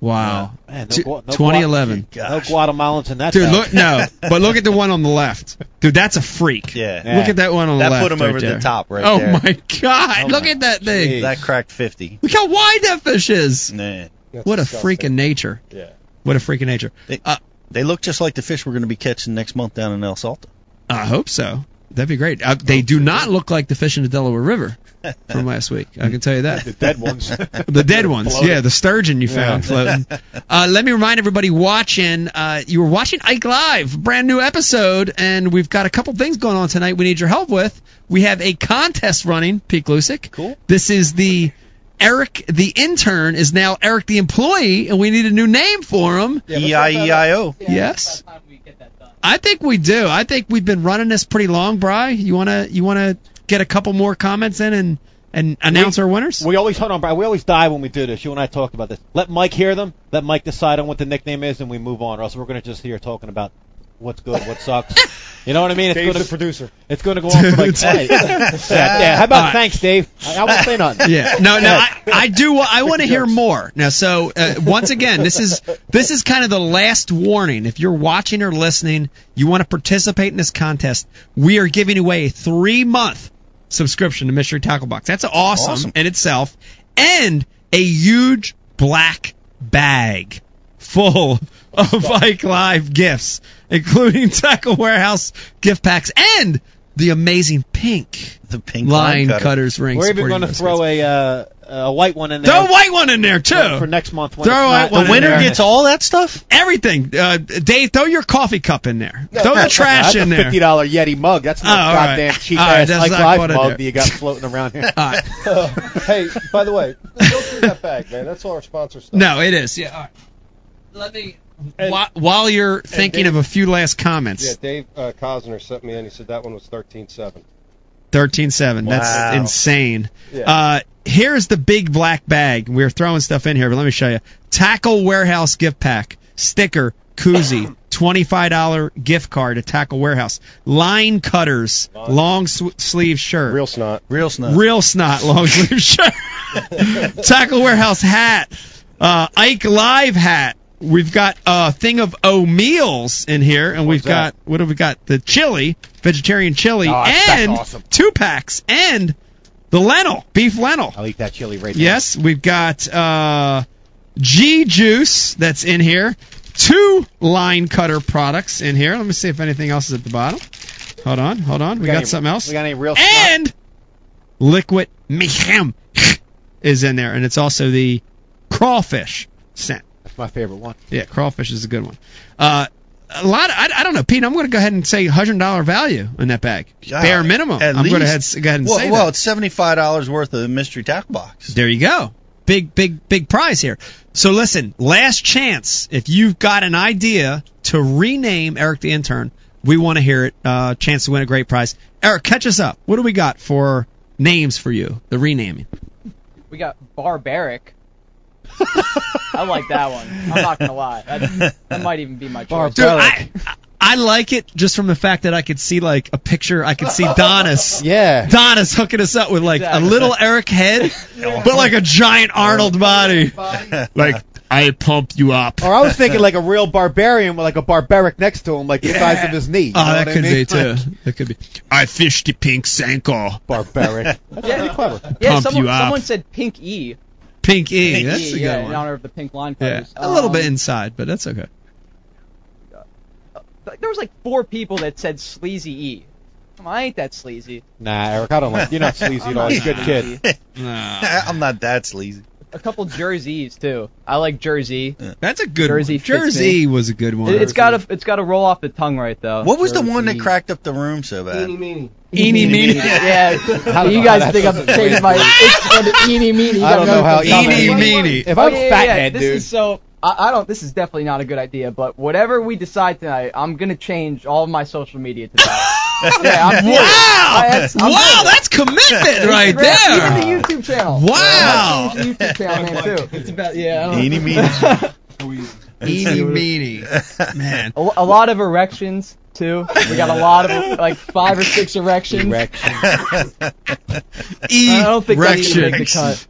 S2: Wow,
S8: Man,
S2: Two-
S8: Gua-
S2: 2011.
S8: Gua- no Guatemalans in that.
S2: Dude,
S8: house.
S2: look no, but look at the one on the left. Dude, that's a freak.
S5: Yeah.
S2: Look at that one on
S5: That
S2: the left.
S5: put him
S2: right
S5: over the
S2: there.
S5: top right
S2: oh
S5: there.
S2: my god,
S8: Oh
S2: look
S8: my-
S2: at that thing.
S8: Jeez.
S5: That cracked 50.
S2: Look how wide that fish is.
S5: Nah.
S9: That's
S2: What a
S9: disgusting.
S2: freak of nature.
S9: Yeah.
S2: What a freak of nature.
S5: They,
S2: Uh,
S5: they look just like the fish we're going to be catching next month down in El Salto.
S2: I hope so. That'd be great. Uh, they do not look like the fish in the Delaware River from last week. I can tell you that.
S8: the dead ones.
S2: The dead ones. Yeah, the sturgeon you found floating. Uh, let me remind everybody watching, uh, you were watching Ike Live, brand new episode, and we've got a couple things going on tonight we need your help with. We have a contest running, Pete Glusick. Cool. This is the Eric the intern is now Eric the employee, and we need a new name for him.
S5: E I E I O.
S2: Yes.
S4: By the time we get that done.
S2: I think we do. I think we've been running this pretty long, Bry. You wanna you wanna get a couple more comments in and and announce our winners?
S8: We always hold on, Brian. We always die when we do this. You and I talked about this. Let Mike hear them. Let Mike decide on what the nickname is, and we move on. Or else we're going to just hear talking about what's good, what sucks. You know what I mean? It's
S9: Dave's
S8: gonna,
S9: the producer.
S8: It's going to go on for like. hey. yeah, yeah. How about
S2: All right.
S8: thanks, Dave? I, I won't say nothing.
S2: Yeah. No, no. I, I do. wa- I want to hear more. Now, so uh, once again, this is this is kind of the last warning. If you're watching or listening, you want to participate in this contest. We are giving away a three month subscription to Mystery Tackle Box. That's awesome,
S5: Awesome.
S2: in itself, and a huge black bag full of Ike Live gifts, including Tackle Warehouse gift packs and the amazing pink
S5: The pink
S2: line cutters ring.
S8: We're even
S2: supporting
S8: going to
S2: those
S8: throw a uh, a white one in there.
S2: Throw a white one in there too.
S8: for next month. when
S2: Throw
S8: it's
S2: a
S8: not-
S2: white one
S5: The
S2: in
S5: winner
S2: there.
S5: gets all that stuff?
S2: everything. Uh, Dave, throw your coffee cup in there. throw the trash
S8: That's
S2: in
S8: a
S2: there.
S8: fifty dollar Yeti mug. That's
S2: Oh,
S8: not
S2: all
S8: a
S2: right.
S8: goddamn cheap
S2: All right,
S8: ass
S2: that's
S8: Mike
S2: what I
S8: Live
S2: wanted
S8: mug
S2: there.
S8: that you got floating around here.
S2: All right.
S9: hey, by the way, go through that bag, man. That's all our sponsor stuff.
S2: No, it is. Yeah. All right. Let me. while, while you're thinking
S9: Dave-
S2: of a few last comments,
S9: Yeah, Dave uh, Cosner sent me in. He said that one was 13.7.
S2: thirteen seven. That's
S5: Wow.
S2: insane.
S9: Yeah.
S2: Uh, here's the big black bag. We're throwing stuff in here, but let me show you. Tackle warehouse gift pack sticker koozie, $25 gift card at Tackle Warehouse, line cutters, long sw- sleeve shirt,
S8: Real snot.
S5: Real snow.
S2: Real snot long sleeve shirt. Tackle Warehouse hat. Uh, Ike Live hat. We've got a thing of O'Meals in here, and we've got what have we got? The chili, vegetarian chili,
S8: Oh, that's- that's
S2: and
S8: awesome.
S2: two packs, and the lentil, beef lentil.
S6: I'll eat that chili right now.
S2: Yes, we've got uh, G Juice that's in here. Two line cutter products in here. Let me see if anything else is at the bottom. Hold on, hold on. We, got,
S6: any-
S2: something else.
S6: We got any
S5: Oh,
S6: real snot?
S2: and liquid mechem is in there, and it's also the crawfish scent.
S6: That's my favorite one.
S2: Yeah, crawfish is a good one. Uh, a lot. Of, I, I don't know, Pete. I'm going to go ahead and say hundred dollar value in that bag,
S5: Yeah,
S2: bare minimum.
S5: at
S2: I'm going to
S5: least.
S2: head, go ahead and
S5: Well,
S2: say
S5: well
S2: that.
S5: it's seventy five dollars worth of mystery tackle box.
S2: There you go. Big, big, big prize here. So listen, last chance. If you've got an idea to rename Eric the Intern, we want to hear it. Uh, chance to win a great prize. Eric, catch us up. What do we got for names for you? The renaming.
S4: We got barbaric. I like that one. I'm not gonna lie. That, that might even be my choice.
S2: Dude, I, I- I like it just from the fact that I could see like a picture. I could see Donis.
S8: Yeah.
S2: Donis hooking us up with like a
S4: Exactly.
S2: little Eric head, but like a giant Arnold body. Like I pump you up.
S8: Or I was thinking like a real barbarian with like a barbaric next to him, like the size of his knee. You
S2: Oh,
S8: know
S2: that
S8: what I
S2: could
S8: mean?
S2: be too. That could be. I fished the pink Sanko.
S8: Barbaric. That's
S4: Yeah.
S8: pretty clever.
S4: yeah,
S2: pump
S4: someone,
S2: you up.
S4: someone said pink E.
S2: Pink E.
S5: Pink
S2: that's
S4: E,
S2: a good
S4: yeah,
S2: one.
S4: in honor of the pink line
S2: yeah,
S4: colors.
S2: a little
S4: Um,
S2: bit inside, but that's okay.
S4: like, there was like four people that said sleazy E. Come on, I ain't that sleazy.
S8: Nah, Eric, I don't like. You're not sleazy at all. You're a good kid.
S5: I'm not that sleazy.
S4: A couple jerseys too. I like jersey.
S2: that's a good
S4: Jersey
S2: one.
S4: fits me.
S2: Jersey was a good one.
S4: It, it's got to it's got to roll off the tongue right though.
S5: What was the one that cracked up the room so bad?
S2: eeny meeny.
S4: Yeah,
S8: I don't
S4: you
S8: know
S4: guys
S8: how
S4: think
S8: that's
S4: I'm
S8: a
S4: changing
S8: win.
S4: my Instagram to eeny meeny? You
S8: I don't
S4: gotta
S8: know how
S4: the top
S2: Eeny
S4: end.
S2: meeny.
S8: If I was
S4: Oh, yeah,
S8: fat
S4: yeah,
S8: head,
S4: this
S8: dude.
S4: Is so I, I don't. This is definitely not a good idea. But whatever we decide tonight, I'm gonna change all of my social media to that. yeah, I'm serious. I-
S2: Wow!
S4: that's- I'm
S2: Wow,
S4: serious.
S2: that's commitment right
S4: Instagram,
S2: there.
S4: Even the YouTube channel.
S2: Wow.
S4: I changed the YouTube channel name too. It's about yeah. I don't know.
S5: Eeny meeny.
S2: Eeny meeny. Man.
S4: A, lo- a lot of erections too. We got a lot of like five or six erections. I don't think I need to make the cut.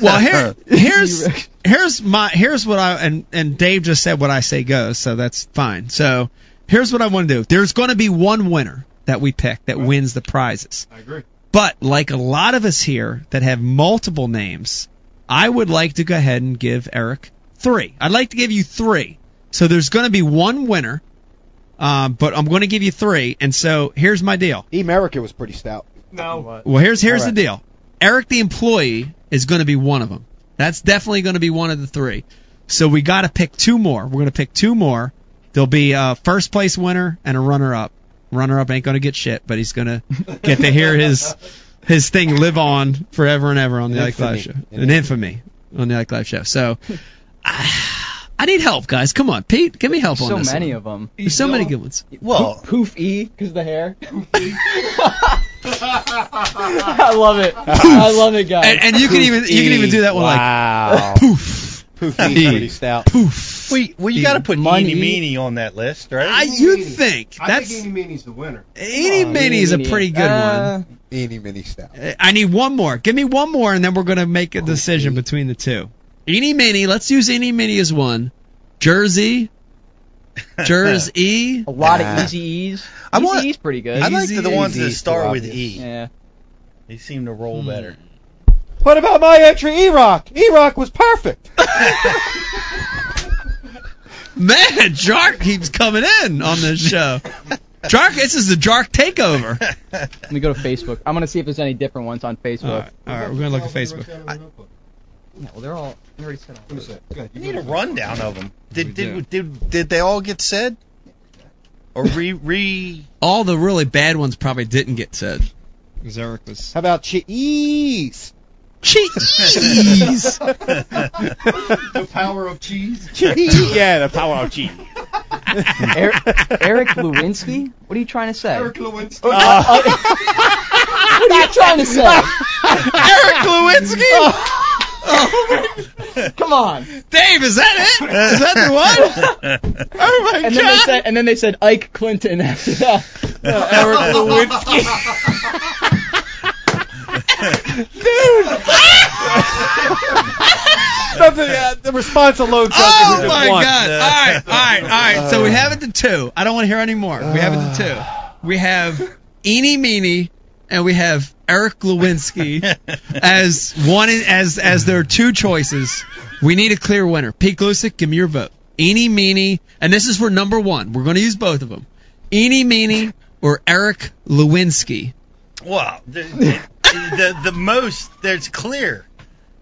S2: Well, here, here's here's my here's what I and and Dave just said what I say goes, so that's fine. So here's what I want to do. There's going to be one winner that we pick that wins the prizes. I agree. But like a lot of us here that have multiple names, I would like to go ahead and give Eric three. I'd like to give you three. So there's going to be one winner, um, but I'm going to give you three. And so here's my deal.
S8: E. America was pretty stout.
S2: Well, here's here's
S8: All right.
S2: the deal. Eric the employee is going to be one of them. That's definitely going to be one of the three. So we got to pick two more. We're going to pick two more. There'll be a first place winner and a runner up. Runner up ain't going to get shit, but he's going to get to hear his his thing live on forever and ever on the Ike Live show. An infamy on the Ike Live show. So ah, I need help, guys. Come on, Pete, give me help on
S4: So
S2: this.
S4: many
S2: one.
S4: of them.
S2: There's so many good ones.
S5: well,
S4: Poof E, cause the hair. I love it. I love it, guys.
S2: And, and you can even you can even do that one like
S8: Wow.
S2: poof,
S8: Poofy is pretty stout.
S2: poof.
S5: we, well, you got to put
S4: Money.
S5: eeny meeny on that list, right?
S2: I, you think that's
S9: I think Eeny Meany's the winner.
S2: Eeny Meeny is a pretty good
S4: Uh,
S8: Eeny mini stout.
S2: one. I need one more. Give me one more, and then we're gonna make
S4: Oh,
S2: a decision between the two. Eeny Meeny. Let's use Eeny Meeny as one. Jersey. Jersey.
S4: A lot of
S8: Ah.
S4: easy E's.
S5: I
S4: Easy
S5: want-
S4: E's pretty good.
S5: I like the, the
S2: Easy,
S5: ones that
S8: easy,
S5: start with
S8: obvious.
S5: E.
S4: yeah.
S5: They seem to roll better.
S8: What about my entry, E Rock? E Rock was perfect.
S2: Man, Jark keeps coming in on this show. Jark, this is the Jark takeover.
S4: Let me go to Facebook. I'm gonna see if there's any different ones on
S2: All
S4: Facebook.
S2: right, all right, we're gonna look at Facebook.
S4: Yeah, well, they're all. I already said all.
S5: I need a rundown of them. Did
S2: do.
S5: did, did did they all get said? Or re re?
S2: All the really bad ones probably didn't get said. Because Eric was
S8: How about cheese?
S2: cheese.
S9: The power of cheese.
S8: Cheese. yeah, the power of cheese.
S4: Eric, Eric Lewinsky? What are you trying to say?
S9: Eric
S2: Oh,
S9: Lewinsky.
S8: Uh,
S4: what are you trying to say?
S2: Eric Lewinsky.
S4: Come on.
S2: Dave, is that it? Is that the one? Oh my
S4: And then they
S2: god!
S4: said, and then they said Ike Clinton after that. No, Oh, Eric Lewinsky.
S8: Something, uh, the response alone tells you who
S2: oh
S8: did
S2: my
S8: one.
S2: god! All right, all right, all right. So we have it to two. I don't want to hear any more. We have it to two. We have Eeny Meeny, and we have Eric Lewinsky as one as as their two choices. We need a clear winner. Pete Glusick, give me your vote. Eeny Meeny, and this is for number one. We're going to use both of them. Eeny Meeny or Eric Lewinsky.
S5: Well, the, the, the, the most that's clear,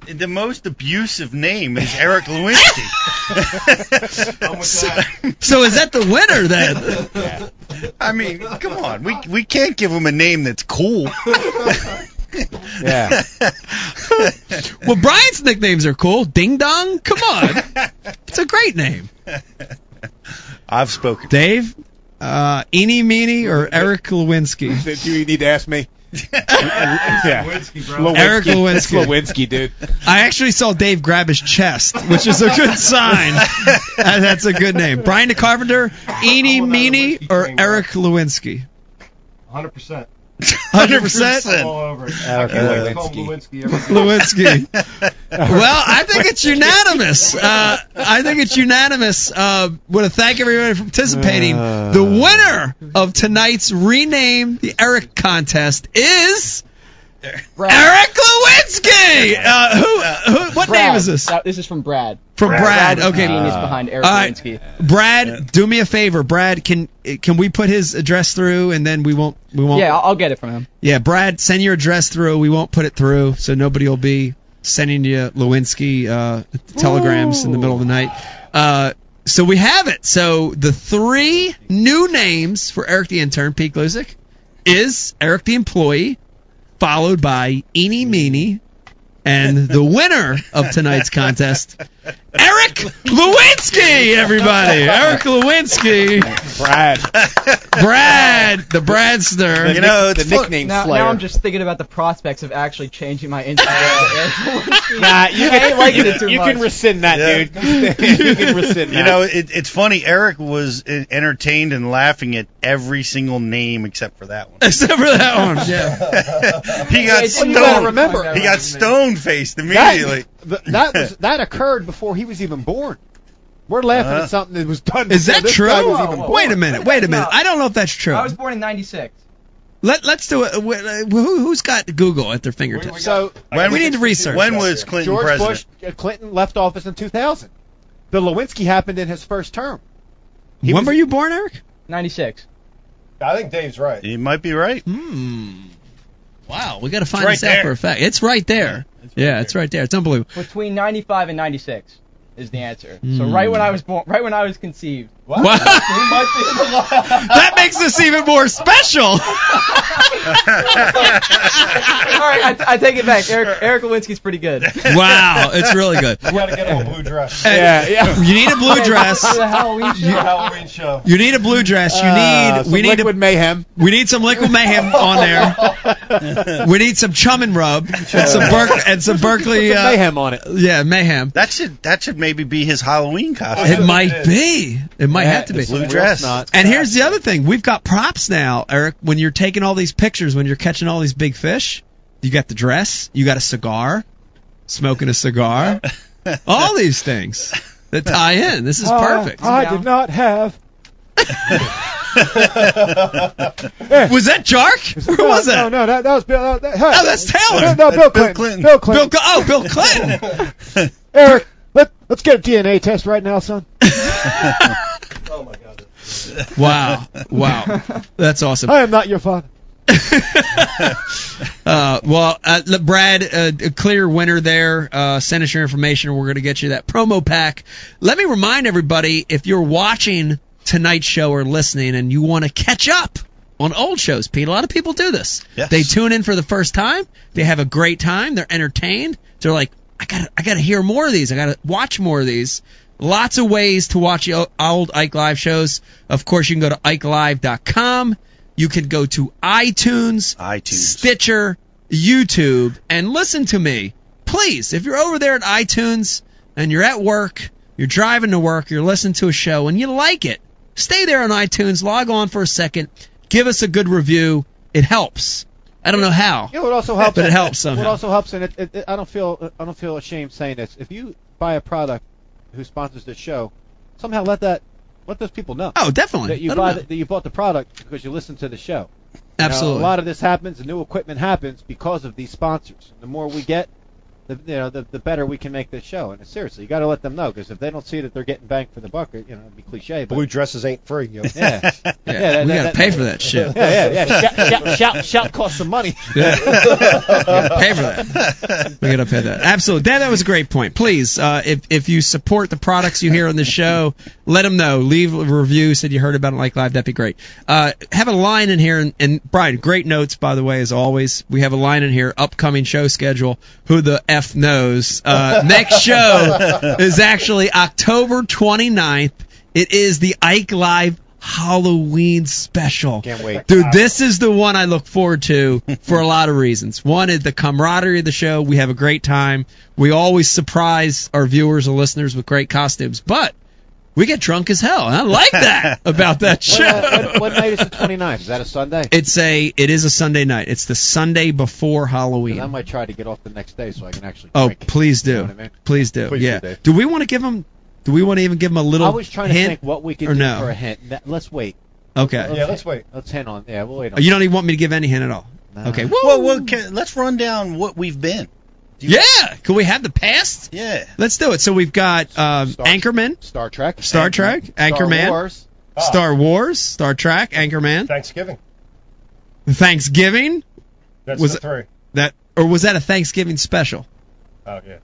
S5: the most abusive name is Eric Lewinsky.
S2: So is that the winner then?
S5: I mean, come on, we we can't give him a name that's cool.
S8: Yeah.
S2: Well, Brian's nicknames are cool. Ding Dong. Come on, it's a great name.
S5: I've spoken.
S2: Dave, uh, Eeny Meeny or Eric Lewinsky?
S8: Did you need to ask me? yeah.
S9: Lewinsky, bro.
S8: Lewinsky.
S2: Eric
S8: It's
S2: Lewinsky.
S8: Lewinsky, dude.
S2: I actually saw Dave grab his chest, which is a good sign. Uh, That's a good name. Brian DeCarpenter, Eeny
S9: Hold on,
S2: Meeny
S9: Lewinsky
S2: or
S9: thing,
S2: Eric Lewinsky?
S9: 100%.
S2: 100%.
S9: All over.
S8: Eric
S9: I call him
S8: Lewinsky.
S9: Lewinsky every time.
S2: Lewinsky. Well, I think it's unanimous. Uh, I think it's unanimous. Uh, want to thank everybody for participating.
S9: Uh.
S2: the winner of tonight's rename the Eric contest is Eric Lewinsky. Uh, who, who? What
S4: Brad.
S2: name is this?
S4: Now, this is from Brad.
S2: From Brad.
S4: Brad is
S2: Okay. Uh,
S4: the genius behind Eric
S2: all right.
S4: Lewinsky.
S2: Brad, do me a favor. Brad, can can we put his address through, and then we won't we won't.
S4: Yeah, I'll, I'll get it from him.
S2: Yeah, Brad, send your address through. We won't put it through, so nobody will be sending you Lewinsky uh, telegrams in the middle of the night. Uh, so we have it. So the three new names for Eric the intern, Pete Glusick, is Eric the employee, followed by Eeny Meeny, and the winner of tonight's contest, Eric Lewinsky. Everybody, Eric Lewinsky,
S8: Brad.
S2: Brad, the Bradster.
S5: You know, it's
S8: the
S5: fun-
S8: nickname
S4: Now,
S8: Slayer.
S4: now I'm just thinking about the prospects of actually changing my Instagram to Eric Lewinsky.
S8: Nah, you
S4: I ain't
S8: can,
S4: liking
S8: you,
S4: it too
S8: you
S4: much.
S8: can rescind that,
S5: Yeah.
S8: dude. you can rescind that.
S5: You know, it, it's funny. Eric was uh, entertained and laughing at every single name except for that one.
S2: Except for that one. Yeah.
S5: He got
S4: it's-
S8: you gotta
S5: stoned.
S8: remember,
S5: He got stone faced immediately.
S8: that, th- that was that occurred before he was even born. We're laughing
S5: Uh-huh.
S8: at something that was done.
S2: Is
S8: before
S2: that
S8: this
S2: true?
S8: guy was even
S4: Whoa, whoa.
S8: born.
S2: Wait a minute. Wait a minute. I don't know if that's true.
S4: I was born in '96.
S2: Let Let's do it. Wh- Who Who's got Google at their fingertips?
S8: So
S5: When
S2: We need to research.
S5: When was Clinton
S8: George
S5: president?
S8: Bush uh, Clinton left office in 2000. The Lewinsky happened in his first term. He
S2: when
S8: was-
S2: were you born, Eric?
S4: '96.
S9: I think Dave's right.
S5: You might be right.
S2: Hmm. Wow. We got to find
S5: right
S2: this out
S5: there.
S2: for a fact. It's right there. yeah, it's right there. It's unbelievable.
S4: Between '95 and '96 is the answer. So
S2: Mm.
S4: right when I was born, right when I was conceived.
S2: Wow. that makes this even more special.
S4: All right, I, I take it back. Eric Eric Lewinsky's pretty good.
S2: wow. It's really good.
S9: You gotta get him a blue dress.
S8: Yeah, yeah.
S2: You need a blue dress.
S4: For the Halloween show.
S9: For Halloween show.
S2: You need a blue dress. You need.
S8: Uh, some
S2: we need a
S8: liquid mayhem.
S2: We need some liquid mayhem on there. we need some chum and rub and some Berk- and some Berkeley.
S8: Some
S2: Uh,
S8: mayhem on it.
S2: Yeah, mayhem.
S5: That should that should maybe be his Halloween costume.
S2: It might
S9: it is.
S2: be. It might have to be.
S8: It's
S5: Blue
S8: real
S5: dress.
S8: snot.
S2: And here's the other thing: we've got props now, Eric. When you're taking all these pictures, when you're catching all these big fish, you got the dress, you got a cigar, smoking a cigar, all these things that tie in. This
S8: Uh,
S2: is perfect.
S8: I did not have.
S2: Was that Jark? Who
S8: no,
S2: was that?
S8: No, no, that, that was Bill. uh, that- that- hey.
S2: Oh, that's
S8: No,
S2: Taylor.
S8: no, Bill, Clinton.
S5: Clinton.
S8: Bill
S2: Bill.
S8: Clinton.
S2: Cl- oh, Bill Clinton.
S8: Oh. Eric, let, let's get a DNA test right now, son.
S9: Oh my god.
S2: Wow, wow, that's awesome.
S8: I am not your father.
S2: Uh, well, uh, look, Brad, uh, a clear winner there. Uh, send us your information. We're going to get you that promo pack. Let me remind everybody if you're watching tonight's show or listening and you want to catch up on old shows, Pete, a lot of people do this.
S5: Yes.
S2: They tune in for the first time. They have a great time. They're entertained. They're like, I gotta, I gotta hear more of these. I gotta watch more of these. Lots of ways to watch the old Ike Live shows. Of course, you can go to IkeLive.com. You can go to iTunes.
S5: iTunes.
S2: Stitcher, YouTube, and listen to me. Please, if you're over there at iTunes, and you're at work, you're driving to work, you're listening to a show, and you like it, stay there on iTunes, log on for a second, give us a good review. It helps. I don't know how.
S8: You know, it also helps.
S2: But it helps
S8: What
S2: somehow.
S8: also helps, and it, it, it- I don't feel I don't feel ashamed saying this. If you buy a product who sponsors this show, somehow let that let those people know
S2: Oh, definitely.
S8: that you
S2: Let 'em
S8: buy
S2: know.
S8: the, that you bought the product because you listened to the show. You know,
S2: Absolutely.
S8: a lot of this happens. The new equipment happens because of these sponsors. The more we get, the you know, the, the better we can make this show. And seriously, you got to let them know because if they don't see that they're getting bang for the buck, it- you know, it'd be cliche. But
S9: Blue dresses ain't free. Yo.
S8: yeah,
S2: yeah,
S8: yeah, that-
S2: we
S8: that-
S2: gotta
S8: that-
S2: pay for that shit.
S8: yeah, yeah. Shout, shout, shout, shout costs some money.
S2: gotta pay for that. We gotta pay that. Absolutely. That that was a great point. Please, uh, if if you support the products you hear on the show, let them know. Leave a review. Said you heard about it like live. That'd be great. Uh, have a line in here and, and Brian, great notes by the way as always. We have a line in here. Upcoming show schedule. Who the f knows? Uh, next show is actually October 29th. It is the Ike Live Halloween special.
S8: Can't wait.
S2: Dude, this is the one I look forward to for a lot of reasons. One is the camaraderie of the show. We have a great time. We always surprise our viewers and listeners with great costumes, but we get drunk as hell. And I like that about that show.
S8: What, uh, what, what night is the 29th? Is that a Sunday?
S2: It's a it is a Sunday night. It's the Sunday before Halloween.
S8: I might try to get off the next day so I can actually.
S2: oh,
S8: drink.
S2: please do.
S8: You know what I mean?
S2: Please do.
S9: Please do,
S2: yeah.
S9: Dave.
S2: do we want to give them do we want to even give them a little
S8: I was trying to
S2: hint?
S8: think what we could
S2: or
S8: do
S2: no?
S8: for a hint. N- Let's wait.
S2: Okay.
S9: Yeah, let's wait.
S8: Let's hang on. Yeah, we'll wait.
S2: Oh,
S8: On
S2: You don't even want me to give any hint at all.
S8: No.
S2: Okay.
S5: Well, well can, let's run down what we've been.
S2: Yeah. Can we have the past?
S5: Yeah.
S2: Let's do it. So we've got um,
S8: Star-
S2: Anchorman,
S8: Star Trek.
S2: Star Trek, Anchorman,
S8: Star Wars.
S9: Ah,
S2: Star Wars, Star Trek, Anchorman,
S9: Thanksgiving.
S2: Thanksgiving.
S9: That's
S2: Was
S9: the
S2: it-
S9: three.
S2: That or was that a Thanksgiving special?
S9: Oh yeah.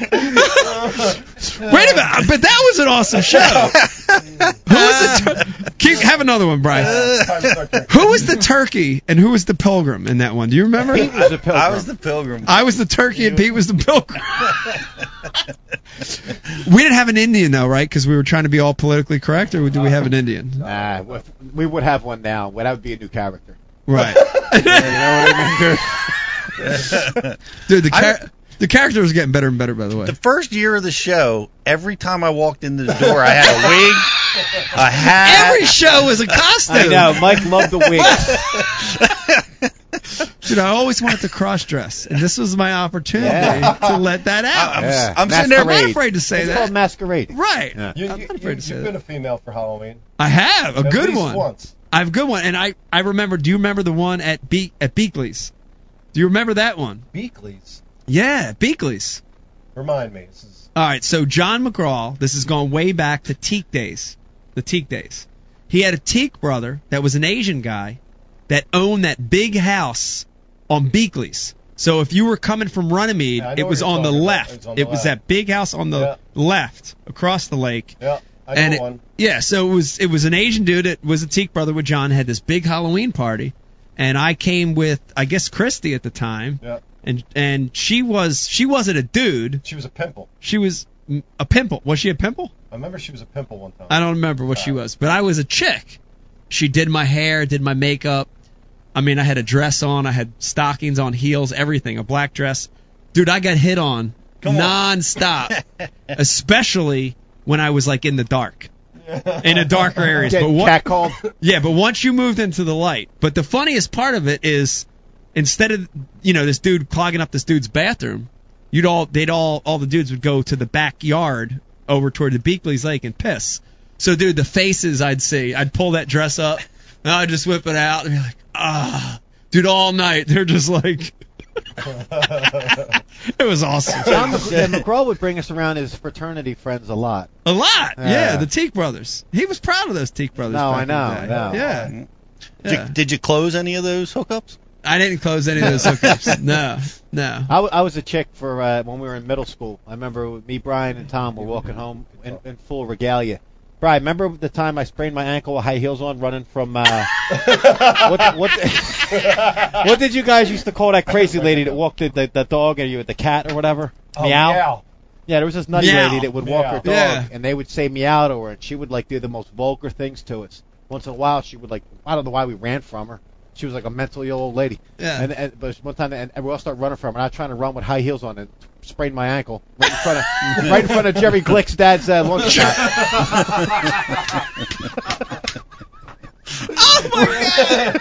S2: Wait a minute, but that was an awesome show. Who was the tur- Keep, have another one, Brian.
S9: Time to start drinking.
S2: Who was the turkey and who was the pilgrim in that one? Do you remember?
S8: was a pilgrim.
S5: I was the pilgrim.
S2: I was the turkey and Pete was the pilgrim. we didn't have an Indian though, right? Because we were trying to be all politically correct, or do we have an Indian?
S8: Nah, we- we would have one now. Well, That would be a new character.
S2: Right.
S8: You know what I mean? Dude?
S2: Dude, the char- the character was getting better and better, by the way.
S5: the first year of the show, every time I walked into the door, I had a wig, a hat.
S2: Every show was a costume.
S8: I know. Mike loved the wigs.
S2: Dude, I always wanted to cross dress, and this was my opportunity
S8: Yeah.
S2: to let that out. Uh, I'm,
S5: I'm,
S8: Yeah.
S5: I'm sitting there.
S8: Masquerade.
S2: not afraid to say
S8: It's called
S2: that.
S8: masquerade.
S2: right.
S8: Yeah.
S9: You, you,
S2: I'm not
S9: you,
S2: afraid to say
S9: you've
S2: that.
S9: been a female for Halloween.
S2: I have a
S9: At
S2: good
S9: least
S2: one.
S9: Once.
S2: I have a good one, and I I remember. Do you remember the one at Be- at Beakley's? Do you remember that one?
S9: Beakley's.
S2: Yeah, Beakley's.
S9: Remind me. This is
S2: All right, so John McGraw, this has gone way back to Teak days, the Teak days. He had a Teak brother that was an Asian guy that owned that big house on Beakley's. So if you were coming from Runnymede,
S9: Yeah, I know
S2: it
S9: what
S2: was
S9: you're
S2: on the
S9: talking about.
S2: left.
S9: It was on the
S2: It was
S9: left.
S2: that big house on the
S9: Yeah.
S2: left across the lake.
S9: yeah. I
S2: And
S9: know
S2: it-
S9: one.
S2: Yeah, so it was it was an Asian dude that was a teak brother with John had this big Halloween party, and I came with I guess Christy at the time,
S9: Yeah.
S2: and and she was she wasn't a dude,
S9: She was a pimple.
S2: she was m- a pimple. Was she a pimple?
S9: I remember she was a pimple one time.
S2: I don't remember what she was, but I was a chick. She did my hair, did my makeup. I mean, I had a dress on, I had stockings on, heels, everything, a black dress. Dude, I got hit on nonstop, especially when I was like in the dark, in the darker areas. But
S8: Getting
S2: what,
S8: catcalled.
S2: yeah, but once you moved into the light. But the funniest part of it is instead of you know this dude clogging up this dude's bathroom, you'd all they'd all all the dudes would go to the backyard over toward the Beakley's Lake and piss. So dude, the faces I'd see, I'd pull that dress up, and I'd just whip it out and be like, ah, dude, all night they're just like, it was awesome.
S8: John Mc- yeah, McGraw would bring us around his fraternity friends a lot.
S2: A lot, yeah.
S8: Yeah.
S2: The Teak brothers. He was proud of those Teak brothers.
S8: No,
S2: back
S8: I
S2: in the
S8: know,
S2: day.
S8: no.
S2: Yeah.
S5: Did,
S2: Yeah.
S5: you, did you close any of those hookups?
S2: I didn't close any of those hookups. No, no.
S8: I, w- I was a chick for uh, when we were in middle school. I remember me, Brian, and Tom were walking home in, in full regalia. Brian, remember the time I sprained my ankle with high heels on running from uh, what, what, what did you guys used to call that crazy lady that walked the, the, the dog or you with the cat or whatever?
S9: Oh,
S8: meow.
S9: meow.
S8: Yeah, there was this nutty
S2: Meow.
S8: lady that would walk her dog,
S9: Meow.
S2: Yeah.
S8: and they would say meow to her, and she would like do the most vulgar things to us. Once in a while, she would like I don't know why we ran from her. she was like a mentally ill old lady.
S2: Yeah.
S8: And, and but one time, and, and we all start running from her. And I was trying to run with high heels on, and sprained my ankle right in front of right in front of Jerry Glick's dad's uh, lunch shop.
S2: Oh my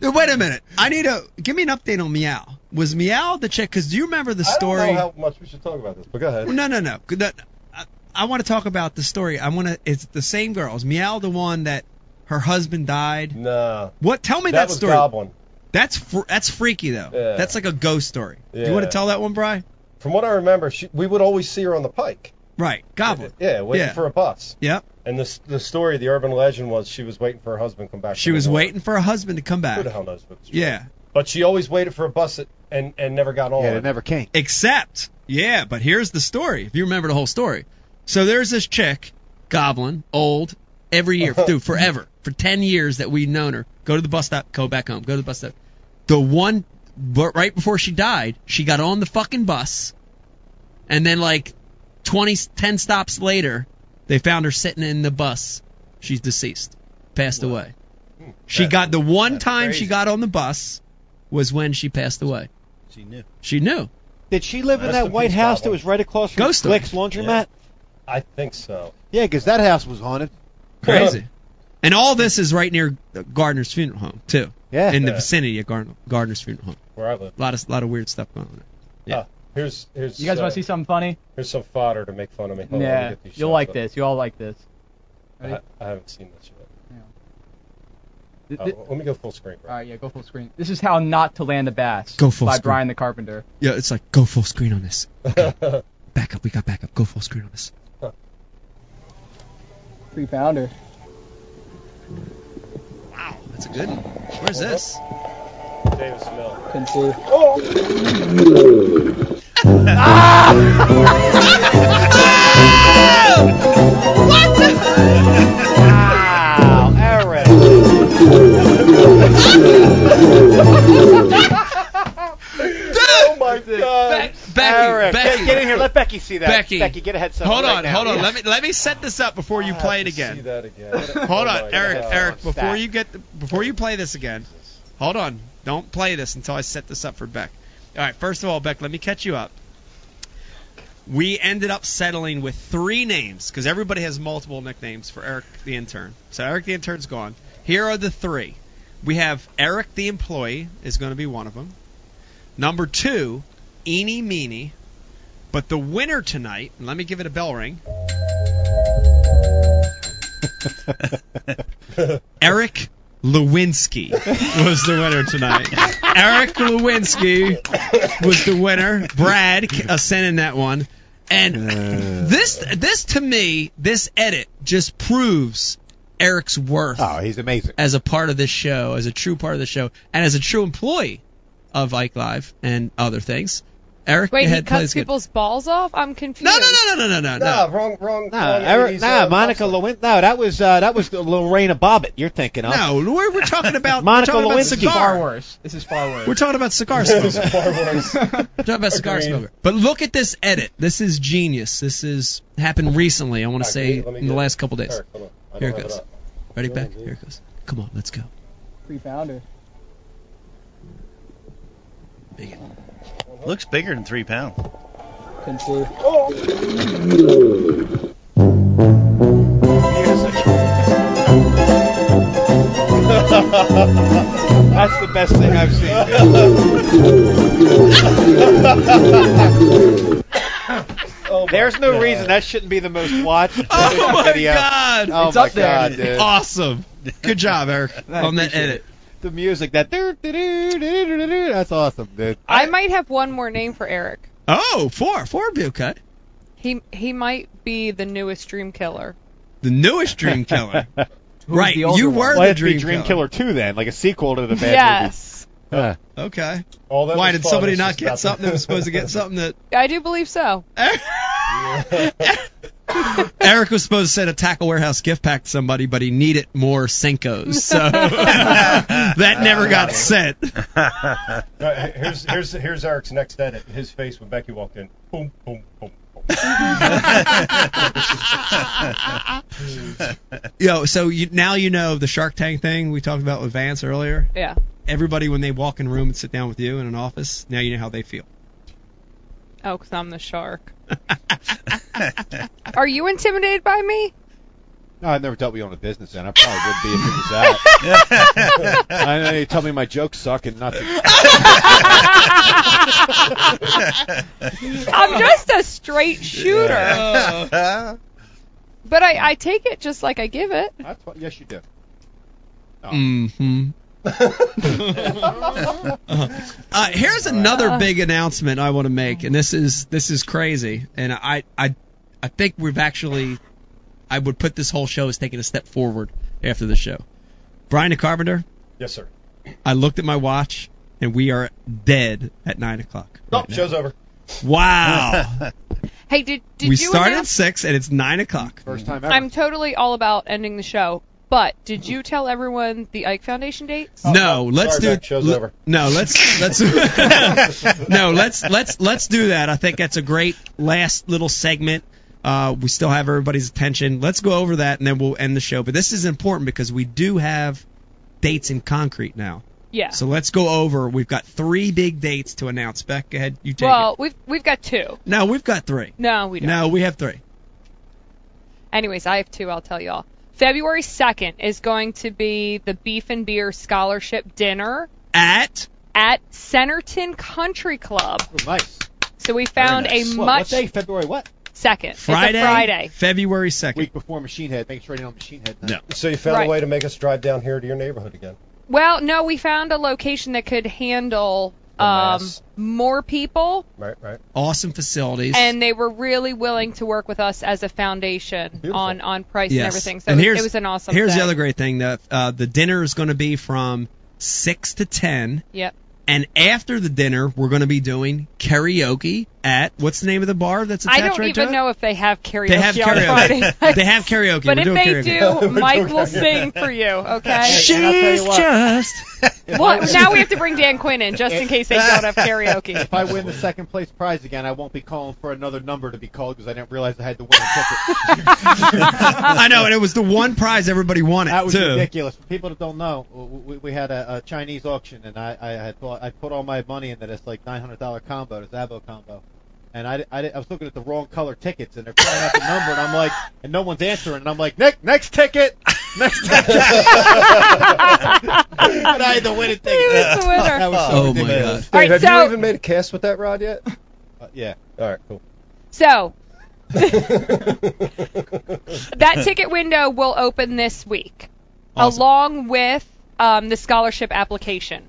S2: god! Wait a minute. I need a give me an update on Meow. Was Meow the chick? Because do you remember the
S9: I
S2: story?
S9: don't know how much we should talk about this, but go ahead.
S2: No, no, no. The- I, I want to talk about the story. I want to. It's the same girl. Is Meow the one that her husband died?
S9: Nah.
S2: What? Tell me
S9: That,
S2: that,
S9: was
S2: story.
S9: Goblin.
S2: That's fr- that's freaky though.
S9: Yeah.
S2: That's like a ghost story. Do
S9: Yeah.
S2: you want to tell that one, Bry?
S9: From what I remember, she, we would always see her on the pike.
S2: Right, Goblin.
S9: Yeah, waiting
S2: Yeah.
S9: for a bus.
S2: Yep.
S9: And the the story, the urban legend was she was waiting for her husband to come back.
S2: She
S9: from
S2: was
S9: the war.
S2: waiting for her husband to come
S9: Who
S2: back.
S9: the hell knows? But
S2: Yeah.
S9: But she always waited for a bus at, and and never got on.
S8: Yeah, it never came.
S2: Except, yeah, but here's the story. If you remember the whole story, so there's this chick, goblin, old, every year, dude, forever, for ten years that we've known her. Go to the bus stop, go back home, go to the bus stop. The one, but right before she died, she got on the fucking bus, and then like 20, 10 stops later, they found her sitting in the bus. She's deceased, passed away. She
S9: That-
S2: got the one
S5: Hmm. that's
S2: time she
S5: crazy.
S2: got on the bus was when she passed away.
S5: She knew.
S2: She knew.
S8: Did she live in
S9: Rest
S8: that
S9: in
S8: white
S9: peace,
S8: house that
S9: Goblin.
S8: was right across from
S2: Ghost
S8: Glick's
S9: Yeah.
S8: laundromat?
S9: I think so.
S8: Yeah, because that house was haunted.
S2: Crazy. And all this is right near Gardner's funeral home too.
S8: Yeah.
S2: In the
S9: Yeah.
S2: vicinity of Gardner, Gardner's funeral home.
S9: Where I live.
S2: A lot of lot of weird stuff going on. Yeah.
S9: Ah, here's here's.
S4: You guys
S9: uh,
S4: want to see something funny?
S9: Here's some fodder to make fun of me. Hold on, let me
S4: yeah.
S9: get these
S4: You'll
S9: shots
S4: like
S9: up.
S4: this. You all like this.
S9: I, I haven't seen this yet.
S4: Th-
S9: Oh,
S4: th-
S9: let me go full screen. Bro.
S4: all right, yeah, go full screen. This is how not to land a bass.
S2: Go full
S4: by
S2: screen.
S4: Brian the Carpenter.
S2: Yeah, it's like go full screen on this. Back up, we got backup. Go full screen on this.
S4: Three pounder.
S2: Wow, that's a good one. Where's this?
S9: Davis Mill.
S4: Couldn't see.
S6: Wow, Eric.
S9: Oh my god.
S2: Becky,
S6: Eric,
S2: Becky,
S6: Get, get in here. Let Becky see that.
S2: Becky.
S6: Becky, get a headset.
S2: Hold
S6: right
S2: on,
S6: now.
S2: hold on. Let me let me set this up before you play it
S9: I have to See
S2: again.
S9: that again.
S2: Hold
S9: Oh
S2: on,
S9: my
S2: Eric,
S9: God.
S2: Eric, before
S6: Stack.
S2: you get the, before you play this again. Hold on. Don't play this until I set this up for Beck. All right, first of all, Beck, let me catch you up. We ended up settling with three names because everybody has multiple nicknames for Eric the intern. So Eric the intern's gone. Here are the three. We have Eric the employee is going to be one of them. Number two, Eeny Meeny. But the winner tonight, and let me give it a bell ring. Eric Lewinsky was the winner tonight. Eric Lewinsky was the winner. Brad uh, sent in that one. And this this to me, this edit just proves Eric's worth
S8: Oh, he's amazing.
S2: as a part of this show, as a true part of the show, and as a true employee of Ike Live and other things. Eric
S10: Wait,
S2: the
S10: he
S2: head
S10: cuts
S2: plays good.
S10: people's balls off? I'm confused.
S2: No, no, no, no, no, no, no,
S9: Nah,
S2: no.
S9: wrong, wrong.
S8: No,
S9: wrong
S8: Eric,
S9: 80s,
S8: nah,
S9: uh,
S8: Monica
S9: popstar.
S8: Lewinsky. No, that was uh, that was the Lorena Bobbitt. You're thinking of.
S2: No, we're, we're talking about
S8: Monica
S2: we're talking about
S8: Lewinsky.
S2: cigar.
S4: Far worse. This is far worse.
S2: We're talking about cigar smoker. We're talking about cigar
S9: Agreed.
S2: smoker. But look at this edit. This is genius. This is happened recently. I want to say
S9: Let me
S2: in the
S9: get-
S2: last couple days.
S9: Eric, hold on. I don't
S2: Here it
S9: have
S2: goes.
S9: up.
S2: Ready,
S9: Yeah,
S2: back?
S9: dude.
S2: Here it goes. Come on, let's go.
S4: Three pounder.
S2: Make it.
S5: Looks bigger than three pound.
S4: Couldn't see.
S6: That's the best thing I've seen.
S9: Oh my
S6: There's no
S9: God.
S6: reason that shouldn't be the most watched
S2: Oh my
S6: video.
S2: god!
S8: Oh
S4: It's
S8: my
S4: up there.
S8: God, dude.
S2: Awesome. Good job, Eric, on that edit.
S8: The music that doo, doo, doo, doo, doo, doo, doo, that's awesome, dude.
S10: I might have one more name for Eric.
S2: Oh, four. Four would be okay.
S10: He he might be the newest dream killer.
S2: The newest Dream Killer. right,
S4: the older
S2: you
S4: one?
S2: were
S8: Why
S2: the
S8: it be
S2: Dream,
S8: Dream Killer 2 then, like a sequel to the bad
S10: yes.
S8: movie. Huh.
S2: Killer. Okay.
S9: All that
S2: Why
S9: was
S2: did
S9: fun
S2: somebody
S9: is
S2: not
S9: just
S2: get something that was supposed to get something that
S10: I do believe so.
S2: Eric was supposed to send a tackle warehouse gift pack to somebody, but he needed more Senkos, so that never got sent.
S9: All right, here's here's here's Eric's next edit. His face when Becky walked in. Boom, boom, boom. boom.
S2: Yo, so you, now you know the Shark Tank thing we talked about with Vance earlier.
S10: Yeah.
S2: Everybody, when they walk in a room and sit down with you in an office, now you know how they feel.
S10: Oh, 'cause I'm the shark. Are you intimidated by me?
S8: No, I never dealt with you on a business end. I probably would be if it was that. I know you tell me my jokes suck and nothing.
S10: I'm just a straight shooter.
S4: Oh.
S5: Ah.
S10: But I, I take it just like I give it.
S8: That's what, yes, you do.
S2: Mm-hmm. uh, here's another big announcement I want to make, and this is this is crazy, and I I I think we've actually I would put this whole show as taking a step forward after the show. Brian the Carpenter,
S9: Yes, sir.
S2: I looked at my watch, and we are dead at nine o'clock.
S9: Nope, Oh, show's over.
S2: Wow,
S10: Hey, did did
S2: we
S10: you
S2: started at
S10: announce?
S2: six, and it's nine o'clock.
S8: First time ever.
S10: I'm totally all about ending the show. But did you tell everyone the Ike Foundation dates?
S2: No, let's
S9: Oh, sorry,
S2: do.
S9: Mac, show's
S2: le-
S9: over.
S2: No, let's let's no let's let's let's do that. I think that's a great last little segment. Uh, we still have everybody's attention. Let's go over that and then we'll end the show. But this is important because we do have dates in concrete now.
S10: Yeah.
S2: So let's go over. We've got three big dates to announce. Beck, go ahead. You take
S10: well,
S2: it.
S10: we've we've got two.
S2: No, we've got three.
S10: No, we don't.
S2: No, we have three.
S10: Anyways, I have two. I'll tell y'all. February 2nd is going to be the Beef and Beer Scholarship Dinner
S2: At
S10: at Centerton Country Club.
S8: Ooh, nice.
S10: So we found Mm-hmm. a
S8: What, what
S10: much
S8: day? February what?
S10: second.
S2: Friday,
S10: It's a Friday.
S2: February second.
S8: Week before Machine Head. Make sure you don't Machine Head.
S2: No.
S9: So you found
S10: Right.
S9: a way to make us drive down here to your neighborhood again.
S10: Well, no, we found a location that could handle um,
S9: mass.
S10: more people,
S9: Right, right.
S2: Awesome facilities.
S10: and they were really willing to work with us as a foundation on on price and everything. So
S2: And
S10: it-
S2: here's-
S10: it was an awesome.
S2: Here's
S10: thing.
S2: the other great thing that uh, the dinner is going to be from six to ten,
S10: Yep.
S2: and after the dinner, we're going to be doing karaoke at what's the name of the bar that's attached
S10: I don't
S2: right
S10: even
S2: to it?
S10: know if they have karaoke.
S2: They have
S10: On Friday
S2: karaoke.
S10: nights.
S2: they have karaoke.
S10: But
S2: we're
S10: if
S2: doing
S10: they
S2: karaoke.
S10: do, Mike will sing for you. Okay.
S8: And I'll tell you what,
S10: Well, now we have to bring Dan Quinn in just in case they don't have karaoke.
S8: If I win the second place prize again, I won't be calling for another number to be called because I didn't realize I had to win a ticket.
S2: I know, and it was the one prize everybody wanted
S8: That was
S2: too.
S8: ridiculous. For people that don't know, we, we had a, a Chinese auction, and I, I had bought, I put all my money into this like $900 combo, this Abo combo, and I, di- I, di- I was looking at the wrong color tickets, and they're calling out the number, and I'm like, and no one's answering, and I'm like, Nick, next ticket, next ticket, and I had to win a
S10: He
S8: ticket.
S10: was the
S8: That
S10: winner.
S8: was so
S2: Oh my
S8: ridiculous.
S2: god.
S10: All right,
S9: have
S10: so-
S9: you even made a cast with that rod yet?
S8: Uh, yeah.
S9: All right, cool.
S10: So that ticket window will open this week,
S2: Awesome.
S10: along with um, the scholarship application.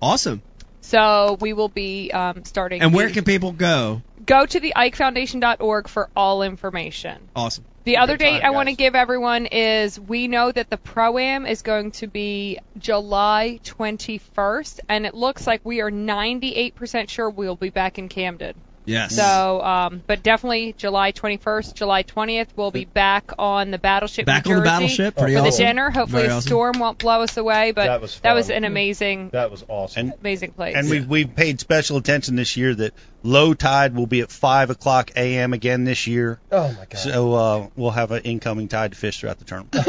S2: Awesome.
S10: So we will be um, starting.
S2: And where
S10: the-
S2: can people go?
S10: go to the IkeFoundation.org for all information.
S2: Awesome.
S10: The other
S8: time,
S10: date I want to
S8: guys.
S10: give everyone is we know that the pro am is going to be July 21st, and it looks like we are 98% sure we'll be back in Camden.
S2: Yes.
S10: So, um, but definitely July 21st, July 20th, we'll be back on the battleship.
S2: Back
S10: New
S2: on the
S10: Jersey
S2: battleship. Pretty
S10: for the
S2: awesome.
S10: dinner. Hopefully,
S2: Very
S10: a
S2: awesome.
S10: storm won't blow us away. But
S9: That was fun.
S10: an amazing,
S9: That was awesome.
S5: And
S10: amazing place.
S5: And we've, we've paid special attention this year that low tide will be at 5 o'clock a.m. again this year.
S9: oh my god.
S5: So uh, we'll have an incoming tide to fish throughout the tournament.
S9: I'm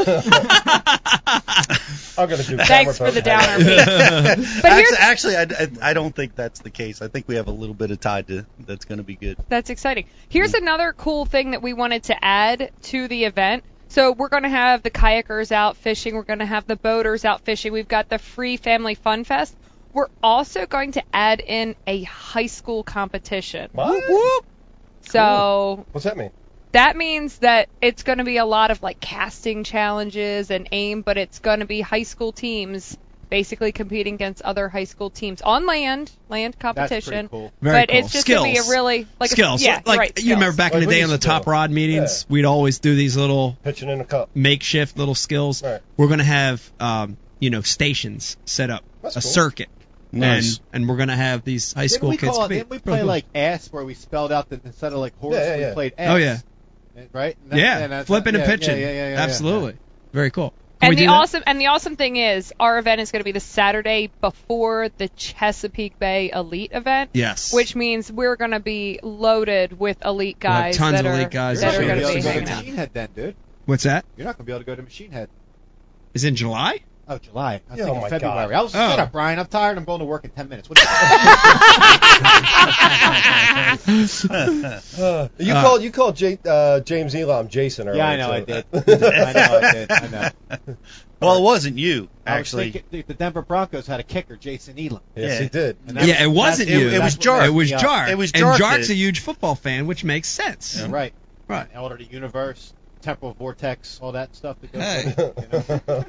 S9: gonna do.
S10: Thanks
S9: camera
S10: for the
S9: phone.
S10: downer. Pete. but
S5: Actually,
S10: here's,
S5: actually I, I, I don't think that's the case. I think we have a little bit of tide to, that's going to be good.
S10: that's exciting. Here's
S8: Hmm.
S10: another cool thing that we wanted to add to the event. So we're going to have the kayakers out fishing. We're going to have the boaters out fishing. We've got the free family fun fest. We're also going to add in a high school competition.
S9: What?
S10: So
S9: What's that mean?
S10: that means that it's going to be a lot of like casting challenges and aim, but it's going to be high school teams basically competing against other high school teams on land, land
S8: That's pretty
S10: competition.
S8: cool.
S2: Very
S10: but
S2: cool.
S10: it's just
S2: skills.
S10: going to be a really like
S2: skills.
S10: A, yeah,
S2: like
S10: right,
S2: you remember
S10: skills.
S2: back in
S9: Like
S2: the
S9: we
S2: day on the
S9: used to
S2: top
S9: do.
S2: rod meetings, we'd always do these little
S9: Pitching in a cup.
S2: makeshift little skills.
S9: Right.
S2: We're gonna have um, you know stations set up,
S9: That's
S2: a
S9: cool.
S2: circuit,
S5: Nice.
S2: and and we're gonna have these high
S8: Didn't
S2: school
S8: we
S2: kids.
S8: call it-
S2: compete.
S8: didn't we play like ass where we spelled out that instead of like horse
S9: Yeah, yeah, yeah.
S8: we played ass?
S2: Oh, yeah.
S8: Right? And that-
S2: yeah,
S8: and that's-
S2: flipping
S8: yeah,
S2: and pitching.
S8: Yeah, yeah, yeah, yeah, yeah.
S2: Absolutely, very cool. Can we
S10: And the
S2: do that?
S10: awesome and the awesome thing is our event is going to be the Saturday before the Chesapeake Bay Elite event.
S2: Yes.
S10: Which means we're going to be loaded with elite
S2: We'll have
S10: guys
S2: tons
S10: that
S2: of
S10: are
S2: elite guys
S10: that
S2: this
S10: are
S2: year.
S10: going
S2: That'll
S10: to
S2: We'll
S10: be
S2: be able to
S10: hanging
S2: go
S10: out.
S8: Machine Head then, dude.
S2: What's that?
S8: You're not going to be able to go to Machine Head.
S2: Is in July?
S8: Oh, July. I
S9: Yeah,
S8: think
S9: oh my
S8: February.
S9: God.
S8: I was
S2: Oh.
S8: shut up, Brian. I'm tired. I'm going to work in ten minutes. What the-
S9: Uh, you called you called J, uh, James Elam Jason earlier.
S8: yeah, I know.
S9: so-
S8: I did. I know. I did. I know.
S5: well, it wasn't you
S8: I was
S5: actually.
S8: thinking- the- the Denver Broncos had a kicker, Jason Elam.
S9: Yes,
S5: Yeah.
S9: he did.
S8: And that-
S2: Yeah, it wasn't
S8: that's-
S2: you.
S5: it was
S8: that's what
S5: Jark.
S2: It was
S8: messed me up.
S2: Jark.
S5: It was
S2: and
S5: Jark
S2: Jark's
S5: that-
S2: a huge football fan, which makes sense.
S8: Yeah, Right.
S2: Right.
S8: Elder to Universe, Temporal Vortex, all that stuff. That goes
S2: Hey.
S8: with it, you know?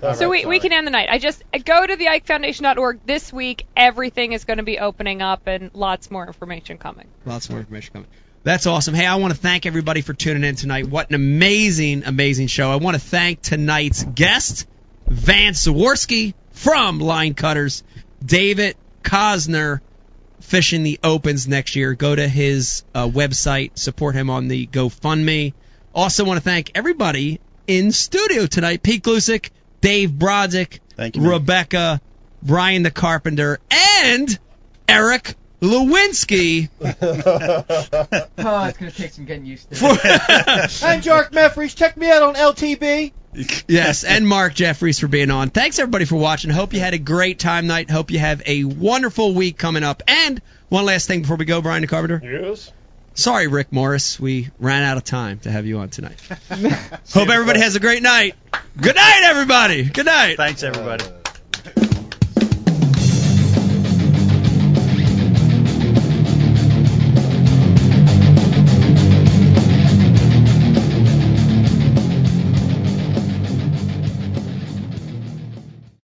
S8: All
S10: So
S8: right,
S10: we, we
S8: sorry.
S10: can end the night. I just I go to the IkeFoundation.org this week. Everything is going to be opening up and lots more information coming.
S2: Lots more information coming. That's awesome. Hey, I want to thank everybody for tuning in tonight. What an amazing, amazing show. I want to thank tonight's guest, Vance Zaworski from Line Cutters, David Cosner, fishing the opens next year. Go to his uh, website, support him on the GoFundMe. Also, want to thank everybody in studio tonight Pete Glusick, Dave Brodzik,
S5: Thank you, man.
S2: Rebecca, Brian the Carpenter, and Eric Lewinsky.
S4: Oh, it's gonna take some getting used to.
S8: And Jark Meffries, check me out on LTB.
S2: Yes, and Mark Jeffries for being on. Thanks everybody for watching. Hope you had a great time night. Hope you have a wonderful week coming up. And one last thing before we go, Brian DeCarpenter.
S9: Yes.
S2: Sorry, Rick Morris, we ran out of time to have you on tonight. Hope everybody has a great night. Good night, everybody. Good night.
S5: Thanks everybody.